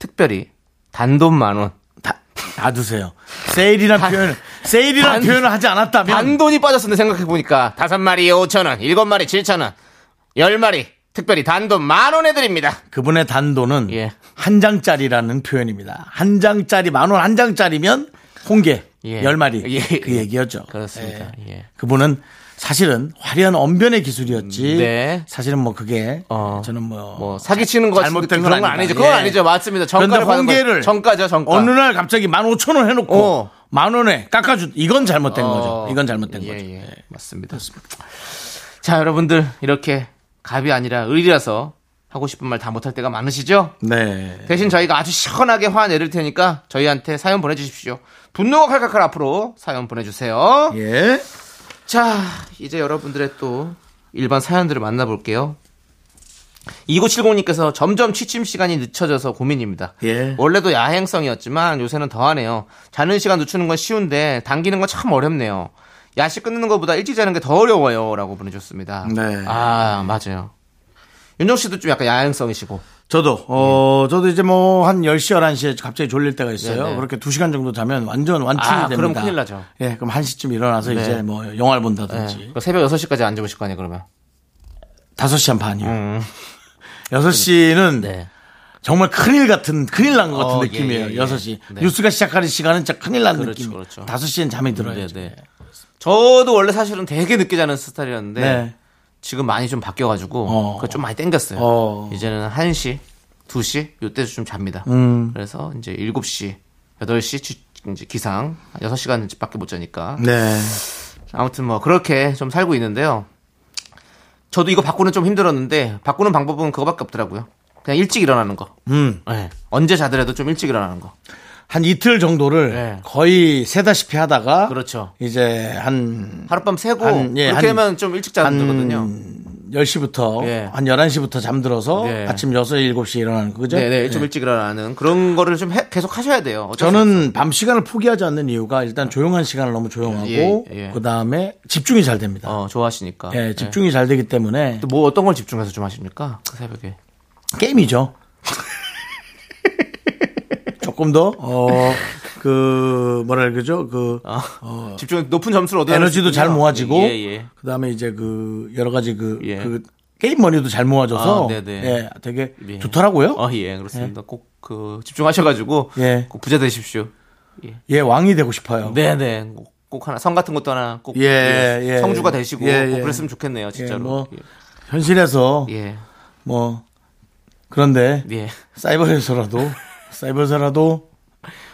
Speaker 2: 특별히 단돈 만 원.
Speaker 1: 다, 다 드세요. 세일이란
Speaker 2: 단-
Speaker 1: 표현, 세일이란
Speaker 2: 단-
Speaker 1: 표현을 하지 않았다면
Speaker 2: 단돈이 빠졌었는데 생각해 보니까 다섯 마리에 5천 원, 일곱 마리 7천 원, 열 마리 특별히 단돈 만 원해 드립니다.
Speaker 1: 그분의 단돈은
Speaker 2: 예.
Speaker 1: 한 장짜리라는 표현입니다. 한 장짜리 만 원 한 장짜리면 홍게
Speaker 2: 예.
Speaker 1: 열 마리
Speaker 2: 예.
Speaker 1: 그 얘기였죠.
Speaker 2: 그렇습니다.
Speaker 1: 예.
Speaker 2: 예.
Speaker 1: 그분은 사실은 화려한 언변의 기술이었지.
Speaker 2: 네.
Speaker 1: 사실은 뭐 그게
Speaker 2: 어.
Speaker 1: 저는 뭐,
Speaker 2: 뭐 사기치는 거
Speaker 1: 잘못된 건
Speaker 2: 그런 건
Speaker 1: 아니다.
Speaker 2: 아니죠. 그건
Speaker 1: 예.
Speaker 2: 아니죠. 맞습니다.
Speaker 1: 그런데
Speaker 2: 정가를 받은 건-
Speaker 1: 홍게를
Speaker 2: 정가죠. 정가.
Speaker 1: 어느 날 갑자기 만 오천 원 해놓고
Speaker 2: 어.
Speaker 1: 만 원에 깎아준 이건 잘못된 거죠. 이건 잘못된
Speaker 2: 예,
Speaker 1: 거죠.
Speaker 2: 예. 맞습니다. 자, 여러분들 이렇게 갑이 아니라 을이라서 하고 싶은 말 다 못할 때가 많으시죠?
Speaker 1: 네.
Speaker 2: 대신 저희가 아주 시원하게 화내릴 테니까 저희한테 사연 보내주십시오. 분노가 칼칼칼 앞으로 사연 보내주세요.
Speaker 1: 예.
Speaker 2: 자, 이제 여러분들의 또 일반 사연들을 만나볼게요. 2970님께서 점점 취침 시간이 늦춰져서 고민입니다.
Speaker 1: 예.
Speaker 2: 원래도 야행성이었지만 요새는 더하네요. 자는 시간 늦추는 건 쉬운데 당기는 건 참 어렵네요. 야식 끊는 것보다 일찍 자는 게 더 어려워요. 라고 보내줬습니다.
Speaker 1: 네.
Speaker 2: 아, 맞아요. 윤정 씨도 좀 약간 야행성이시고.
Speaker 1: 저도 어 저도 이제 뭐 한 10시 11시에 갑자기 졸릴 때가 있어요.
Speaker 2: 예. 네네.
Speaker 1: 그렇게 2시간 정도 자면 완전 완충이
Speaker 2: 아,
Speaker 1: 됩니다.
Speaker 2: 그럼 큰일 나죠.
Speaker 1: 예, 그럼 1시쯤 일어나서 이제 뭐 영화를 본다든지
Speaker 2: 네. 새벽 6시까지 안 주무실 거 아니에요, 그러면.
Speaker 1: 다섯 5시 한 반이요. 6시는
Speaker 2: 음, 네.
Speaker 1: 정말 큰일 같은 큰일 난 것 같은
Speaker 2: 어, 예,
Speaker 1: 느낌이에요.
Speaker 2: 예, 예.
Speaker 1: 여섯 시
Speaker 2: 네.
Speaker 1: 뉴스가 시작하는 시간은 진짜 큰일 난
Speaker 2: 그렇죠,
Speaker 1: 느낌.
Speaker 2: 그렇죠.
Speaker 1: 다섯 시엔 잠이 들어요.
Speaker 2: 네, 네. 저도 원래 사실은 되게 늦게 자는 스타일이었는데
Speaker 1: 네.
Speaker 2: 지금 많이 좀 바뀌어가지고
Speaker 1: 어.
Speaker 2: 그거 좀 많이 땡겼어요.
Speaker 1: 어.
Speaker 2: 이제는 1시, 2시 요때도 좀 잡니다.
Speaker 1: 음.
Speaker 2: 그래서 이제 7시, 8시 지- 이제 기상 6시간밖에 못 자니까
Speaker 1: 네.
Speaker 2: 아무튼 뭐 그렇게 좀 살고 있는데요. 저도 이거 바꾸는 좀 힘들었는데 바꾸는 방법은 그거밖에 없더라고요. 그냥 일찍 일어나는 거.
Speaker 1: 음.
Speaker 2: 네. 언제 자더라도 좀 일찍 일어나는 거.
Speaker 1: 한 이틀 정도를
Speaker 2: 네.
Speaker 1: 거의 세다시피 하다가
Speaker 2: 그렇죠.
Speaker 1: 이제 한
Speaker 2: 하룻밤 새고
Speaker 1: 한, 예,
Speaker 2: 그렇게
Speaker 1: 한-
Speaker 2: 하면 좀 일찍 자는 거거든요.
Speaker 1: 10시부터
Speaker 2: 예.
Speaker 1: 한 11시부터 잠들어서
Speaker 2: 네.
Speaker 1: 아침 6, 7시에 일어나는 거죠? 예.
Speaker 2: 네네 좀 일찍 일어나는 그런 거를 좀 해- 계속 하셔야 돼요. 어쩔 수
Speaker 1: 저는 밤 시간을 포기하지 않는 이유가 일단 조용한 시간을 너무 조용하고
Speaker 2: 예, 예.
Speaker 1: 그다음에 집중이 잘 됩니다.
Speaker 2: 어, 좋아하시니까.
Speaker 1: 예, 집중이 잘 되기 때문에
Speaker 2: 예. 뭐 어떤 걸 집중해서 좀 하십니까? 그 새벽에.
Speaker 1: 게임이죠. 조금 더, 어, 그, 뭐라 그러죠? 그,
Speaker 2: 아, 집중 높은 점수를 얻어
Speaker 1: 아, 에너지도 잘 모아지고,
Speaker 2: 예, 예.
Speaker 1: 그 다음에 이제 그, 여러 가지 그,
Speaker 2: 예.
Speaker 1: 그 게임 머니도 잘 모아져서,
Speaker 2: 아, 네네.
Speaker 1: 예, 되게
Speaker 2: 예.
Speaker 1: 좋더라고요.
Speaker 2: 아, 예, 그렇습니다. 꼭 그 집중하셔 가지고
Speaker 1: 예.
Speaker 2: 꼭 부자 되십시오.
Speaker 1: 예, 왕이 되고 싶어요.
Speaker 2: 네, 네. 꼭, 꼭 하나 성 같은 것도 하나 꼭
Speaker 1: 예, 예.
Speaker 2: 성주가 되시고
Speaker 1: 예, 예.
Speaker 2: 꼭 그랬으면 좋겠네요,
Speaker 1: 예,
Speaker 2: 진짜로.
Speaker 1: 뭐, 현실에서,
Speaker 2: 예.
Speaker 1: 뭐, 그런데,
Speaker 2: 예. 예.
Speaker 1: 사이버에서라도, 사이버에서라도,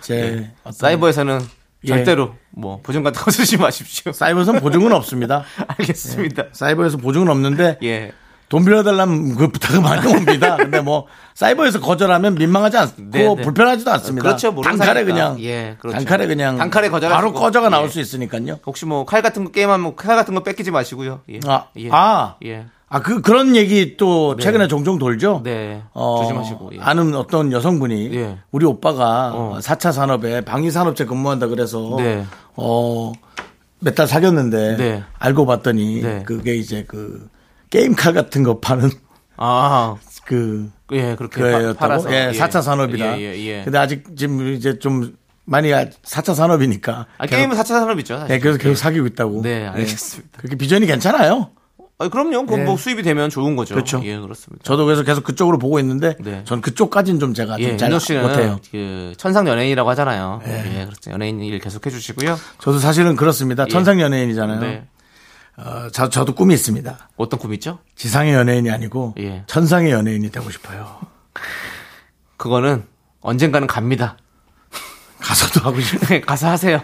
Speaker 1: 제, 어떤-
Speaker 2: 예. 사이버에서는
Speaker 1: 예.
Speaker 2: 절대로 뭐 보증 같은 거 쓰지 마십시오.
Speaker 1: 사이버에서는 보증은 없습니다.
Speaker 2: 알겠습니다.
Speaker 1: 사이버에서 보증은 없는데,
Speaker 2: 예.
Speaker 1: 돈 빌려달라는 그 부탁은 많이 옵니다. 근데 뭐 사이버에서 거절하면 민망하지 않고
Speaker 2: 네, 네.
Speaker 1: 불편하지도 않습니다.
Speaker 2: 그렇죠, 모르는
Speaker 1: 단칼에
Speaker 2: 사이니까.
Speaker 1: 그냥
Speaker 2: 예, 그렇죠.
Speaker 1: 단칼에 그냥
Speaker 2: 단칼에 거절할
Speaker 1: 바로
Speaker 2: 수가
Speaker 1: 꺼져가
Speaker 2: 없-
Speaker 1: 나올
Speaker 2: 예.
Speaker 1: 수 있으니까요.
Speaker 2: 혹시 뭐 칼 같은 거 게임하면 칼 같은 거 뺏기지 마시고요. 예.
Speaker 1: 아,
Speaker 2: 예.
Speaker 1: 아,
Speaker 2: 예.
Speaker 1: 아, 그, 그런 얘기 또 최근에 종종 돌죠?
Speaker 2: 네.
Speaker 1: 어,
Speaker 2: 조심하시고, 예.
Speaker 1: 아는 어떤 여성분이
Speaker 2: 예.
Speaker 1: 우리 오빠가
Speaker 2: 어.
Speaker 1: 4차 산업에 방위산업체 근무한다 그래서
Speaker 2: 네.
Speaker 1: 어, 몇 달 사귀었는데
Speaker 2: 네.
Speaker 1: 알고 봤더니
Speaker 2: 네.
Speaker 1: 그게 이제 그 게임칼 같은 거 파는
Speaker 2: 아,
Speaker 1: 그
Speaker 2: 예, 그렇게 파-
Speaker 1: 그였다고
Speaker 2: 팔아서
Speaker 1: 예, 4차 산업이다.
Speaker 2: 예, 예, 예.
Speaker 1: 근데 아직 지금 이제 좀 많이 4차 산업이니까
Speaker 2: 아,
Speaker 1: 계속-
Speaker 2: 게임은 4차 산업이죠. 사실.
Speaker 1: 예, 그래서 계속 사귀고 있다고.
Speaker 2: 네,
Speaker 1: 예.
Speaker 2: 알겠습니다.
Speaker 1: 그렇게 비전이 괜찮아요.
Speaker 2: 아, 그럼요. 그건 뭐 수입이 되면 좋은 거죠.
Speaker 1: 네. 그렇죠.
Speaker 2: 예, 그렇습니다.
Speaker 1: 저도 그래서 계속 그쪽으로 보고 있는데
Speaker 2: 네.
Speaker 1: 전 그쪽까지는 좀 제가
Speaker 2: 예,
Speaker 1: 좀
Speaker 2: 윤정
Speaker 1: 잘
Speaker 2: 씨는
Speaker 1: 못해요. 네.
Speaker 2: 그 천상 연예인이라고 하잖아요. 예, 그렇죠. 연예인 일 계속 해주시고요.
Speaker 1: 저도 사실은 그렇습니다. 천상 연예인이잖아요.
Speaker 2: 네.
Speaker 1: 어, 저, 저도 꿈이 있습니다.
Speaker 2: 어떤 꿈 있죠?
Speaker 1: 지상의 연예인이 아니고
Speaker 2: 예.
Speaker 1: 천상의 연예인이 되고 싶어요.
Speaker 2: 그거는 언젠가는 갑니다.
Speaker 1: 가서도 하고 싶어요.
Speaker 2: 가서 하세요.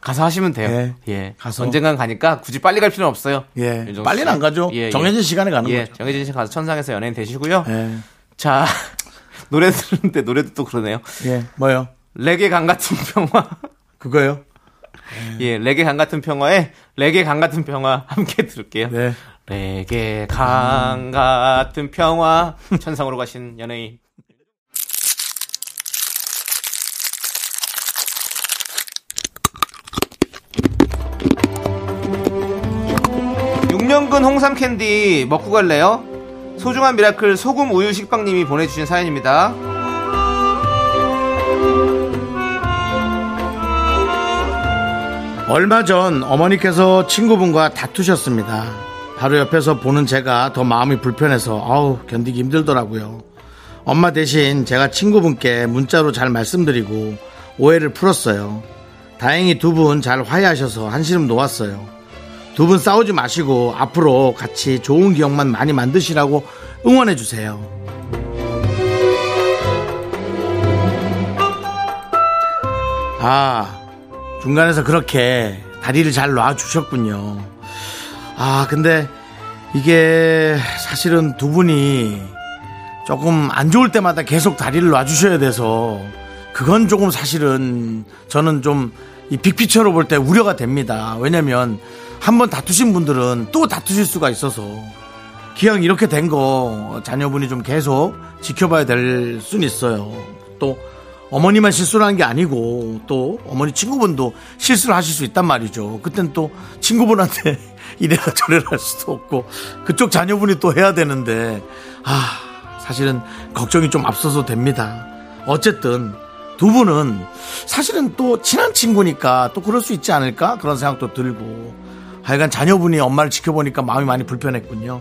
Speaker 2: 가서 하시면 돼요.
Speaker 1: 예.
Speaker 2: 예,
Speaker 1: 가서.
Speaker 2: 언젠간 가니까 굳이 빨리 갈 필요는 없어요.
Speaker 1: 예.
Speaker 2: 윤정수 씨.
Speaker 1: 빨리는 안 가죠. 정해진 시간에 가는
Speaker 2: 예,
Speaker 1: 거죠.
Speaker 2: 정해진 시간 가서 천상에서 연예인 되시고요.
Speaker 1: 예.
Speaker 2: 자 노래 들었는데 노래도 또 그러네요.
Speaker 1: 예. 뭐요?
Speaker 2: 레게 강 같은 평화.
Speaker 1: 그거요?
Speaker 2: 예, 레게 강 같은 평화에 레게 강 같은 평화 함께 들을게요.
Speaker 1: 네.
Speaker 2: 레게 강 같은 평화 천상으로 가신 연예인. 육년근 홍삼 캔디 먹고 갈래요? 소중한 미라클 소금 우유 식빵님이 보내주신 사연입니다.
Speaker 1: 얼마 전 어머니께서 친구분과 다투셨습니다. 바로 옆에서 보는 제가 더 마음이 불편해서 아우 견디기 힘들더라고요. 엄마 대신 제가 친구분께 문자로 잘 말씀드리고 오해를 풀었어요. 다행히 두 분 잘 화해하셔서 한시름 놓았어요. 두 분 싸우지 마시고 앞으로 같이 좋은 기억만 많이 만드시라고 응원해 주세요. 아, 중간에서 그렇게 다리를 잘 놔주셨군요. 아, 근데 이게 사실은 두 분이 조금 안 좋을 때마다 계속 다리를 놔주셔야 돼서 그건 조금 사실은 저는 좀 이 빅피처로 볼 때 우려가 됩니다. 왜냐면 한번 다투신 분들은 또 다투실 수가 있어서 기왕 이렇게 된 거 자녀분이 좀 계속 지켜봐야 될 순 있어요. 또 어머니만 실수를 한 게 아니고 또 어머니 친구분도 실수를 하실 수 있단 말이죠. 그땐 또 친구분한테 이래라 저래라 할 수도 없고 그쪽 자녀분이 또 해야 되는데 아 사실은 걱정이 좀 앞서서 됩니다. 어쨌든 두 분은 사실은 또 친한 친구니까 또 그럴 수 있지 않을까 그런 생각도 들고 하여간 자녀분이 엄마를 지켜보니까 마음이 많이 불편했군요.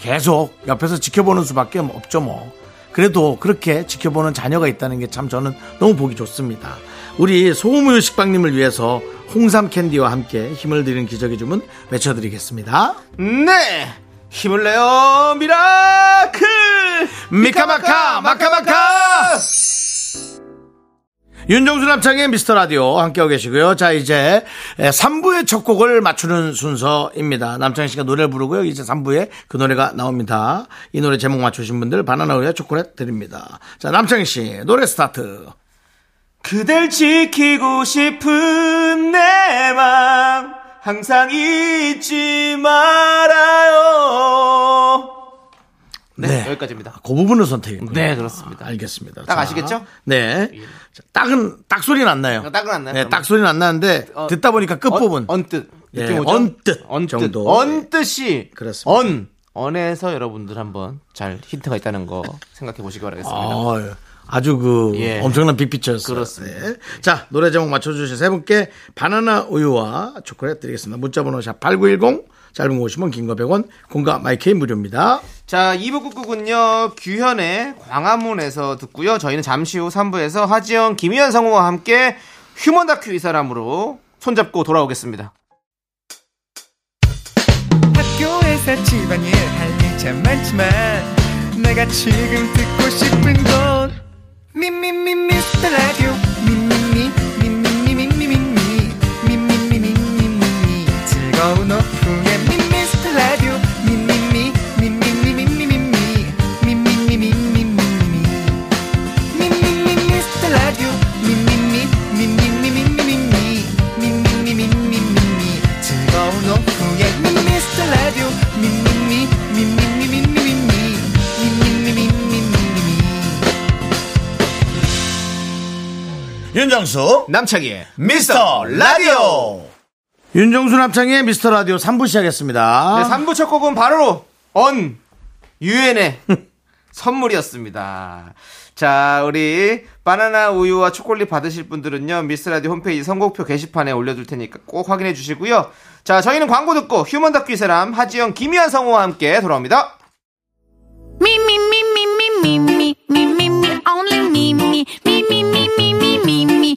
Speaker 1: 계속 옆에서 지켜보는 수밖에 없죠 뭐. 그래도 그렇게 지켜보는 자녀가 있다는 게 참 저는 너무 보기 좋습니다. 우리 소우무유 식빵님을 위해서 홍삼 캔디와 함께 힘을 드리는 기적의 주문 외쳐드리겠습니다.
Speaker 2: 네! 힘을 내요, 미라클!
Speaker 1: 미카마카 마카마카 윤정수 남창의 미스터 라디오 함께하고 계시고요. 자, 이제 3부의 첫 곡을 맞추는 순서입니다. 남창희 씨가 노래를 부르고요. 이제 3부에 그 노래가 나옵니다. 이 노래 제목 맞추신 분들 바나나 우유와 초콜릿 드립니다. 자, 남창희 씨, 노래 스타트.
Speaker 2: 그댈 지키고 싶은 내 맘, 항상 잊지 말아요. 네,
Speaker 1: 네.
Speaker 2: 여기까지입니다.
Speaker 1: 그 부분을 선택했고요.
Speaker 2: 네, 그렇습니다.
Speaker 1: 알겠습니다.
Speaker 2: 딱
Speaker 1: 자,
Speaker 2: 아시겠죠? 예.
Speaker 1: 네. 자, 딱은, 딱 소리는 안 나요.
Speaker 2: 딱은 안 나요,
Speaker 1: 네,
Speaker 2: 그러면?
Speaker 1: 딱 소리는 안 나는데
Speaker 2: 어,
Speaker 1: 듣다 보니까 끝부분.
Speaker 2: 언, 뜻
Speaker 1: 예,
Speaker 2: 느낌 오죠?
Speaker 1: 언뜻
Speaker 2: 언뜻.
Speaker 1: 정도.
Speaker 2: 언뜻이.
Speaker 1: 그렇습니다.
Speaker 2: 언. 언에서 여러분들 한번 잘 힌트가 있다는 거 생각해 보시기 바라겠습니다.
Speaker 1: 아, 아주 그
Speaker 2: 예.
Speaker 1: 엄청난 빅피처였어요.
Speaker 2: 그렇습니다.
Speaker 1: 네. 자 노래 제목 맞춰주신 세 분께 바나나 우유와 초콜릿 드리겠습니다. 문자번호 샵 #8910 짧은 거 50원, 긴 거 100원, 공과 마이크 무료입니다.
Speaker 2: 자, 2부 끝곡은요, 규현의 광화문에서 듣고요. 저희는 잠시 후 3부에서 하지영, 김희연 성우와 함께 휴먼 다큐 이 사람으로 손잡고 돌아오겠습니다.
Speaker 7: 학교에서 집안일 할 일 참 많지만 내가 지금 듣고 싶은 건 미미미 미스터 라디오 미미미 미미미미미미 미미미미미미 즐거운 오후
Speaker 8: 윤정수
Speaker 2: 남창희의
Speaker 8: 미스터 라디오
Speaker 1: 윤정수 남창의 미스터 라디오 3부 시작했습니다.
Speaker 2: 네, 3부 첫 곡은 바로 언 유엔의 선물이었습니다. 자, 우리 바나나 우유와 초콜릿 받으실 분들은요. 미스라디 홈페이지 선곡표 게시판에 올려둘 테니까 꼭 확인해 주시고요. 자, 저희는 광고 듣고 휴먼 다큐 이 사람 하지영, 김희한 성우와 함께 돌아옵니다.
Speaker 5: Me, me, me, me, me, me, me, me, me, me, only me, me, me, me, me, me, me, me, me,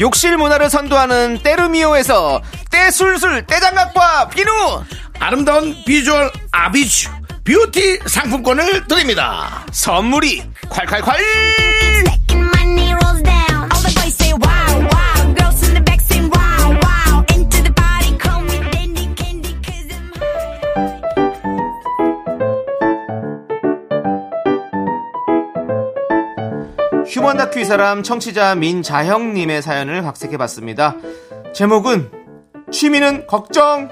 Speaker 2: 욕실 문화를 선도하는 때르미오에서 때술술 때장갑과 비누
Speaker 1: 아름다운 비주얼 아비쥬 뷰티 상품권을 드립니다.
Speaker 2: 선물이 콸콸콸
Speaker 5: Second money rolls down. All the boys say wow, wow. Girls in the back say wow, wow. Into the party, call me Dandy Candy, cause I'm high.
Speaker 2: 휴먼 다큐 이 사람 청취자 민자형님의 사연을 각색해봤습니다 제목은 취미는 걱정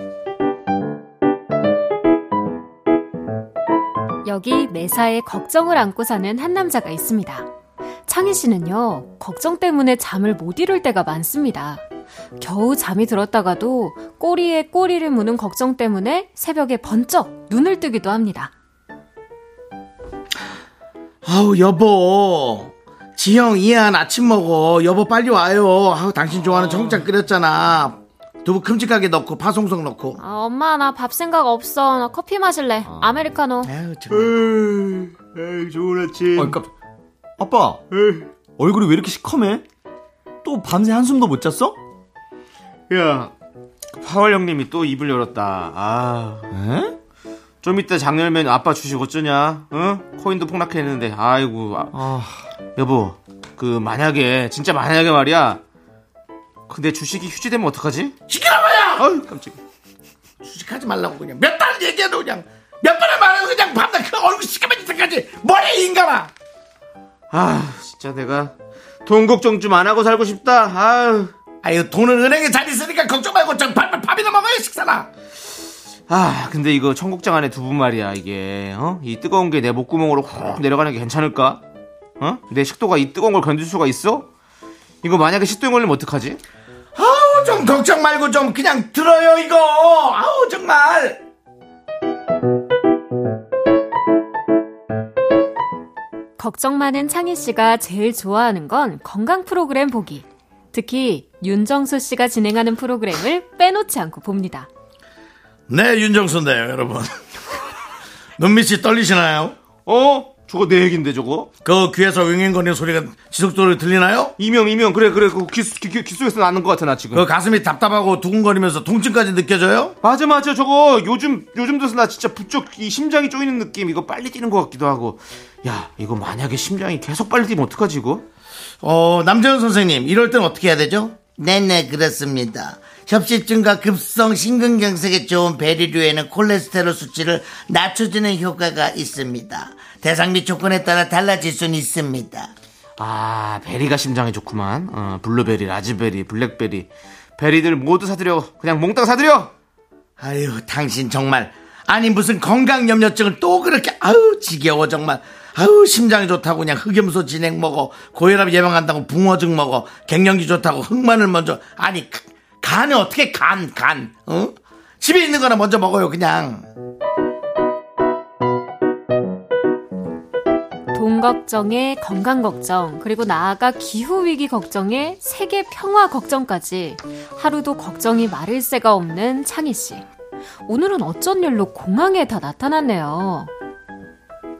Speaker 9: 여기 매사에 걱정을 안고 사는 한 남자가 있습니다. 창희 씨는요, 걱정 때문에 잠을 못 이룰 때가 많습니다. 겨우 잠이 들었다가도 꼬리에 꼬리를 무는 걱정 때문에 새벽에 번쩍 눈을 뜨기도 합니다.
Speaker 1: 아우 여보 지영 이한 아침 먹어 여보 빨리 와요 아우 당신 좋아하는 청국장 끓였잖아 두부 큼직하게 넣고 파송송 넣고
Speaker 9: 아, 엄마, 나 밥 생각 없어. 나 커피 마실래. 아메리카노.
Speaker 1: 아유 정말
Speaker 2: 어이 깜 아빠 얼굴이 왜 이렇게 시커매? 또 밤새 한숨도 못 잤어? 야 파월 형님이 또 입을 열었다 아... 좀 이따 장열맨 아빠 주식 어쩌냐? 응? 코인도 폭락했는데 아이고 아, 여보 그 만약에 진짜 만약에 말이야 근데 주식이 휴지되면 어떡하지?
Speaker 1: 시끄러워요
Speaker 2: 아유 깜짝이야
Speaker 1: 주식하지 말라고 그냥 몇 달 얘기해도 그냥 몇 번을 말해도 그냥 밤낮 그 얼굴 시커매질 때까지 뭐해 이 인간아
Speaker 2: 아 진짜 내가 돈 걱정 좀 안 하고 살고 싶다 아유
Speaker 1: 아유 돈은 은행에 잘 있으니까 걱정 말고 좀 밥, 밥이나 먹어요 식사나
Speaker 2: 아, 근데 이거 청국장 안에 두부 말이야, 이게. 어? 이 뜨거운 게 내 목구멍으로 확 내려가는 게 괜찮을까? 어? 내 식도가 이 뜨거운 걸 견딜 수가 있어? 이거 만약에 식도염 걸리면 어떡하지?
Speaker 1: 아우 좀 걱정 말고 좀 그냥 들어요 이거 아우 정말
Speaker 9: 걱정 많은 창희 씨가 제일 좋아하는 건 건강 프로그램 보기. 특히 윤정수 씨가 진행하는 프로그램을 빼놓지 않고 봅니다.
Speaker 1: 네, 윤정수인데요, 여러분. 눈밑이 떨리시나요?
Speaker 2: 어? 저거 내 얘긴데, 저거?
Speaker 1: 그 귀에서 윙윙거리는 소리가 지속적으로 들리나요?
Speaker 2: 이명, 이명. 그래, 그래. 그 귀, 귀, 귀, 귀 속에서 나는 것 같아, 나
Speaker 6: 어?
Speaker 2: 지금.
Speaker 1: 그 가슴이 답답하고 두근거리면서 통증까지 느껴져요?
Speaker 2: 맞아, 맞아. 저거 요즘, 요즘 들어서 나 진짜 부쩍 이 심장이 쪼이는 느낌. 이거 빨리 뛰는 것 같기도 하고. 야, 이거 만약에 심장이 계속 빨리 뛰면 어떡하지, 이거?
Speaker 1: 어, 남재현 선생님, 이럴 땐 어떻게 해야 되죠? 네네, 그렇습니다. 협심증과 급성 심근경색에 좋은 베리류에는 콜레스테롤 수치를 낮춰주는 효과가 있습니다. 대상 및 조건에 따라 달라질 수는 있습니다.
Speaker 2: 아 베리가 심장에 좋구만 어, 블루베리 라즈베리 블랙베리 베리들 모두 사들여 그냥 몽땅 사들여
Speaker 1: 아유, 당신 정말. 아니, 무슨 건강 염려증을 또 그렇게, 아유, 지겨워, 정말. 아유, 심장이 좋다고 그냥 흑염소 진액 먹어. 고혈압 예방한다고 붕어죽 먹어. 갱년기 좋다고 흑마늘 먼저. 아니, 그, 간에 어떻게 간, 간, 어? 집에 있는 거나 먼저 먹어요, 그냥.
Speaker 9: 돈 걱정에 건강 걱정, 그리고 나아가 기후 위기 걱정에 세계 평화 걱정까지 하루도 걱정이 마를 새가 없는 창희 씨. 오늘은 어쩐 일로 공항에 다 나타났네요.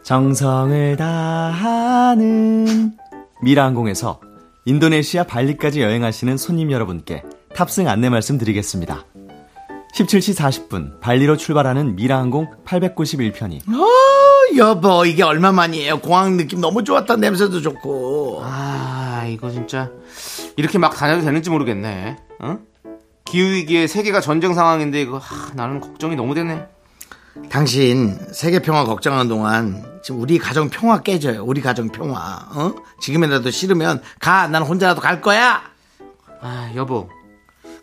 Speaker 10: 정성을 다하는 미라항공에서 인도네시아 발리까지 여행하시는 손님 여러분께 탑승 안내 말씀드리겠습니다. 17시 40분 발리로 출발하는 미라항공 891편이
Speaker 1: 어, 여보, 이게 얼마만이에요. 공항 느낌 너무 좋았다. 냄새도 좋고.
Speaker 2: 아 이거 진짜 이렇게 막 다녀도 되는지 모르겠네 어? 기후위기에 세계가 전쟁 상황인데 이거 하, 나는 걱정이 너무 되네.
Speaker 6: 당신 세계 평화 걱정하는 동안 지금 우리 가정 평화 깨져요. 우리 가정 평화. 어? 지금이라도 싫으면 가. 난 혼자라도 갈 거야.
Speaker 2: 아 여보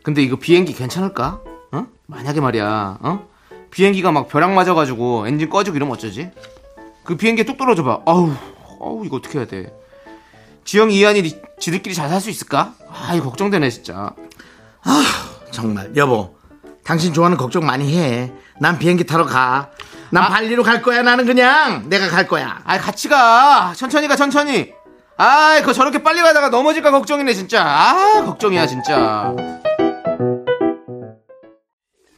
Speaker 2: 근데 이거 비행기 괜찮을까? 어? 만약에 말이야 어? 비행기가 막 벼락 맞아가지고 엔진 꺼지고 이러면 어쩌지? 그 비행기에 뚝 떨어져봐 아우 아우 이거 어떻게 해야 돼 지영이 이한이 니- 지들끼리 잘 살 수 있을까? 아 이거 걱정되네 진짜
Speaker 6: 정말 여보 당신 좋아하는 걱정 많이 해. 난 비행기 타러 가.
Speaker 1: 아.
Speaker 6: 난 발리로 갈 거야. 나는 그냥 내가 갈 거야.
Speaker 2: 아 같이 가 천천히 가 천천히 아 그거 저렇게 빨리 가다가 넘어질까 걱정이네 진짜 아 걱정이야 진짜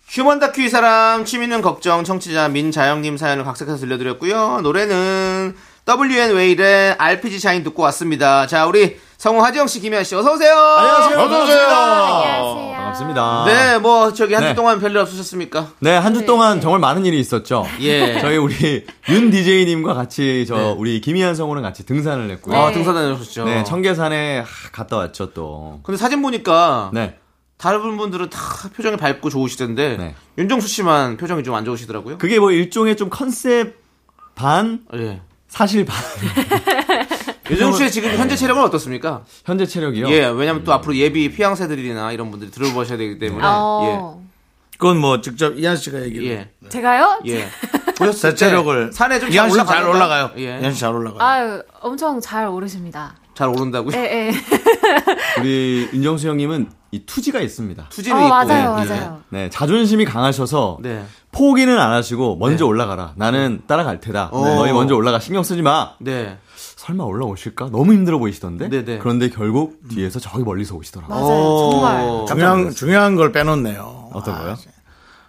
Speaker 2: 휴먼 다큐 이 사람 취미는 걱정 청취자 민자영님 사연을 각색해서 들려드렸고요 노래는 WN 웨일의 RPG 샤인 듣고 왔습니다 자 우리 성우 하지영씨 김희아씨 어서오세요
Speaker 10: 안녕하세요.
Speaker 2: 어서오세요
Speaker 10: 반갑습니다.
Speaker 2: 네뭐 저기 한 주
Speaker 10: 네.
Speaker 2: 동안 별일 없으셨습니까
Speaker 10: 네, 한 주 동안 정말 많은 일이 있었죠.
Speaker 2: 예. 네.
Speaker 10: 저희 우리 윤 DJ님과 같이 저 우리 김희한 성우랑 같이 등산을 했고요.
Speaker 2: 아 등산 다녀오셨죠
Speaker 10: 네, 청계산에 하, 갔다 왔죠 또.
Speaker 2: 근데 사진 보니까
Speaker 10: 네.
Speaker 2: 다른 분들은 다 표정이 밝고 좋으시던데 윤정수 씨만 표정이 좀 안 좋으시더라고요.
Speaker 10: 그게 뭐 일종의 좀 컨셉 반
Speaker 2: 예.
Speaker 10: 사실 반.
Speaker 2: 윤정수 씨의
Speaker 10: 네.
Speaker 2: 지금 현재 체력은 어떻습니까?
Speaker 10: 현재 체력이요?
Speaker 2: 예, 왜냐면 또 앞으로 예비 피양새들이나 이런 분들이 들어보셔야 되기 때문에
Speaker 9: 어,
Speaker 1: 그건 뭐 직접 이한 씨가 얘기를.
Speaker 2: 예.
Speaker 9: 제가요?
Speaker 2: 예. 예. 보셨을 때
Speaker 1: 대체력을
Speaker 2: 산에 좀잘
Speaker 1: 이한 씨는 잘
Speaker 2: 올라가는가?
Speaker 1: 올라가요.
Speaker 2: 예.
Speaker 1: 이한 씨잘 올라가요.
Speaker 9: 아유, 엄청 잘 오르십니다.
Speaker 2: 잘 오른다고요?
Speaker 9: 예, 예.
Speaker 10: 우리 윤정수 형님은 이 투지가 있습니다.
Speaker 2: 투지는
Speaker 9: 어, 있고.
Speaker 2: 예,
Speaker 9: 맞아요, 맞아요.
Speaker 10: 네, 자존심이 강하셔서
Speaker 2: 네.
Speaker 10: 포기는 안 하시고 먼저 올라가라. 나는 따라갈 테다.
Speaker 2: 어.
Speaker 10: 너희 먼저 올라가. 신경 쓰지 마.
Speaker 2: 네.
Speaker 10: 설마 올라오실까? 너무 힘들어 보이시던데.
Speaker 2: 네네. 음.
Speaker 10: 그런데 결국 뒤에서 저기 멀리서 오시더라고요.
Speaker 2: 어,
Speaker 1: 오, 중요한 중요한 걸 빼놓네요. 아,
Speaker 10: 어떤 거요?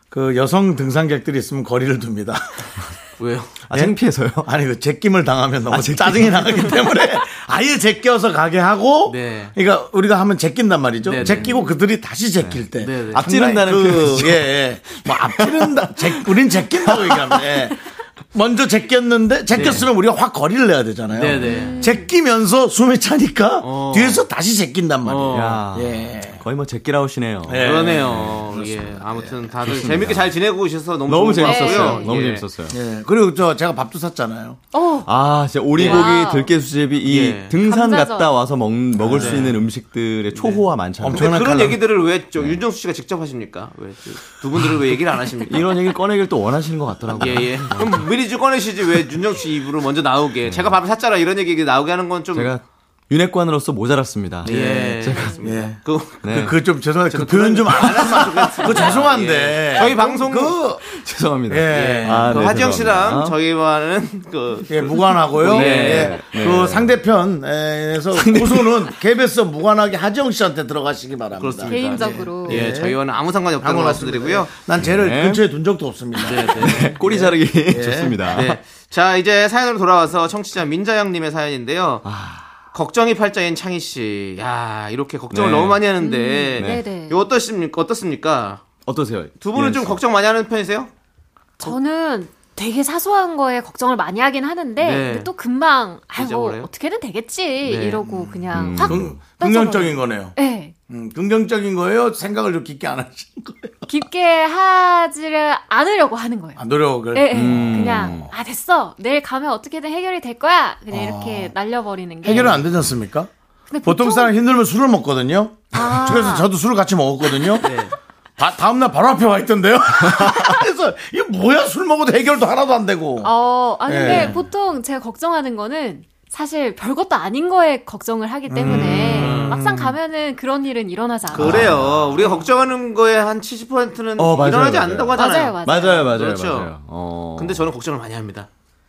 Speaker 1: 그 여성 등산객들이 있으면 거리를 둡니다.
Speaker 2: 왜요?
Speaker 10: 아,
Speaker 2: 네?
Speaker 10: 창피해서요?
Speaker 1: 아니 그 제낌을 당하면 너무 짜증이 나기 때문에 아예 제껴서 가게 하고
Speaker 2: 네.
Speaker 1: 그러니까 우리가 하면 제낀단 말이죠.
Speaker 2: 네, 네.
Speaker 1: 제끼고 그들이 다시 제낄 때
Speaker 2: 네, 네.
Speaker 10: 앞지른다는
Speaker 1: 그
Speaker 10: 표현이죠.
Speaker 1: 예, 예. 뭐 앞지른다. 제, 우린 제낀다고 얘기합니다. 예. 먼저 제꼈는데 제꼈으면 우리가 확 거리를 내야 되잖아요.
Speaker 2: 네, 네.
Speaker 1: 제끼면서 숨이 차니까
Speaker 2: 어.
Speaker 1: 뒤에서 다시 제낀단 말이에요.
Speaker 2: 어.
Speaker 10: 야,
Speaker 1: 예.
Speaker 10: 거의 뭐 제끼라우시네요.
Speaker 1: 예.
Speaker 2: 그러네요. 예. 아무튼 다들 재밌게 잘 지내고 오셔서 너무
Speaker 10: 너무
Speaker 2: 좋은 것 같고요.
Speaker 10: 재밌었어요. 너무
Speaker 2: 예.
Speaker 10: 재밌었어요.
Speaker 1: 예. 그리고 저 제가 밥도 샀잖아요.
Speaker 9: 어,
Speaker 10: 아, 진짜
Speaker 9: 와우.
Speaker 10: 오리고기, 들깨수제비, 이
Speaker 2: 예. 아, 네.
Speaker 10: 등산
Speaker 9: 감자전.
Speaker 10: 갔다 와서 먹, 먹을 수 있는 음식들의 초호화 많잖아요.
Speaker 2: 근데
Speaker 1: 엄청난
Speaker 2: 그런
Speaker 1: 칼럼.
Speaker 2: 얘기들을 왜
Speaker 10: 네.
Speaker 2: 저 윤정수 씨가 직접 하십니까? 왜 두 분들은 왜 얘기를 안 하십니까?
Speaker 10: 이런 얘기를 꺼내길 또 원하시는 것 같더라고요.
Speaker 2: 예, 예. 그럼 미리 좀 꺼내시지 왜 윤정 씨 입으로 먼저 나오게. 제가 밥을 샀잖아 이런 얘기 나오게 하는 건 좀.
Speaker 10: 네. 제가 윤핵관으로서 모자랐습니다.
Speaker 2: 예.
Speaker 10: 제가
Speaker 1: 예.
Speaker 2: 그,
Speaker 10: 네.
Speaker 1: 그 좀 죄송한데 그 표현 좀 안 하면 그 죄송한데
Speaker 2: 예. 저희 방송
Speaker 1: 그
Speaker 10: 죄송합니다.
Speaker 1: 예.
Speaker 10: 아,
Speaker 2: 그
Speaker 10: 네,
Speaker 2: 화지영 씨랑
Speaker 10: 죄송합니다.
Speaker 2: 저희와는 그.
Speaker 1: 예, 무관하고요.
Speaker 2: 네.
Speaker 1: 예. 그 상대편에서 고소는 KBS 무관하게 하지영 씨한테 들어가시기 바랍니다.
Speaker 2: 그렇습니다.
Speaker 9: 개인적으로.
Speaker 2: 그러니까, 예, 저희와는 아무 상관이 없다는
Speaker 1: 방문
Speaker 2: 걸
Speaker 1: 말씀드리고요.
Speaker 2: 말씀드리고요.
Speaker 1: 난 쟤를
Speaker 10: 네.
Speaker 1: 근처에 둔 적도 없습니다. 음.
Speaker 10: 네, 꼬리 자르기 좋습니다.
Speaker 2: 네. 자, 이제 사연으로 돌아와서 청취자 민자영님의 사연인데요. 걱정이 팔자인 창희 씨. 야, 이렇게 걱정을
Speaker 10: 아. 네.
Speaker 2: 너무 많이 하는데.
Speaker 9: 네, 네.
Speaker 2: 이거 어떠십니까? 어떻습니까?
Speaker 10: 어떠세요?
Speaker 2: 두 분은
Speaker 10: 이현
Speaker 2: 좀
Speaker 10: 씨?
Speaker 2: 걱정 많이 하는 편이세요?
Speaker 9: 저는 되게 사소한 거에 걱정을 많이 하긴 하는데
Speaker 2: 네.
Speaker 9: 근데 또 금방 아이고 뭐
Speaker 2: 잊어버려요? 네.
Speaker 9: 어떻게든 되겠지 이러고 그냥
Speaker 10: 음.
Speaker 9: 확
Speaker 1: 긍-
Speaker 9: 떠져버려요.
Speaker 1: 긍정적인 거네요.
Speaker 9: 네.
Speaker 1: 음, 긍정적인 거예요. 생각을 좀 깊게 안 하신 거예요.
Speaker 9: 깊게 하지를 않으려고 하는 거예요.
Speaker 1: 아, 노력을.
Speaker 9: 예, 예.
Speaker 10: 음.
Speaker 9: 그냥 아 됐어 내일 가면 어떻게든 해결이 될 거야 그냥 이렇게 날려버리는 게
Speaker 1: 아. 해결은 안 되지 않습니까?
Speaker 9: 근데
Speaker 1: 보통 사람 힘들면 술을 먹거든요.
Speaker 9: 아.
Speaker 1: 그래서 저도 술을 같이 먹었거든요.
Speaker 2: 네.
Speaker 1: 다, 다음날 바로 앞에 와 있던데요. 그래서 이거 뭐야 술 먹어도 해결도 하나도 안 되고.
Speaker 9: 어, 아 근데
Speaker 1: 예.
Speaker 9: 보통 제가 걱정하는 거는 사실 별것도 아닌 거에 걱정을 하기
Speaker 1: 음.
Speaker 9: 때문에 막상 가면은 그런 일은 일어나지 않아요.
Speaker 2: 그래요. 우리가 걱정하는 거에 한 70%는
Speaker 10: 어, 맞아요,
Speaker 2: 일어나지
Speaker 10: 맞아요.
Speaker 2: 않는다고 하잖아요.
Speaker 9: 맞아요, 맞아요.
Speaker 10: 맞아요, 맞아요,
Speaker 2: 그렇죠.
Speaker 10: 맞아요. 어.
Speaker 2: 근데 저는 걱정을 많이 합니다.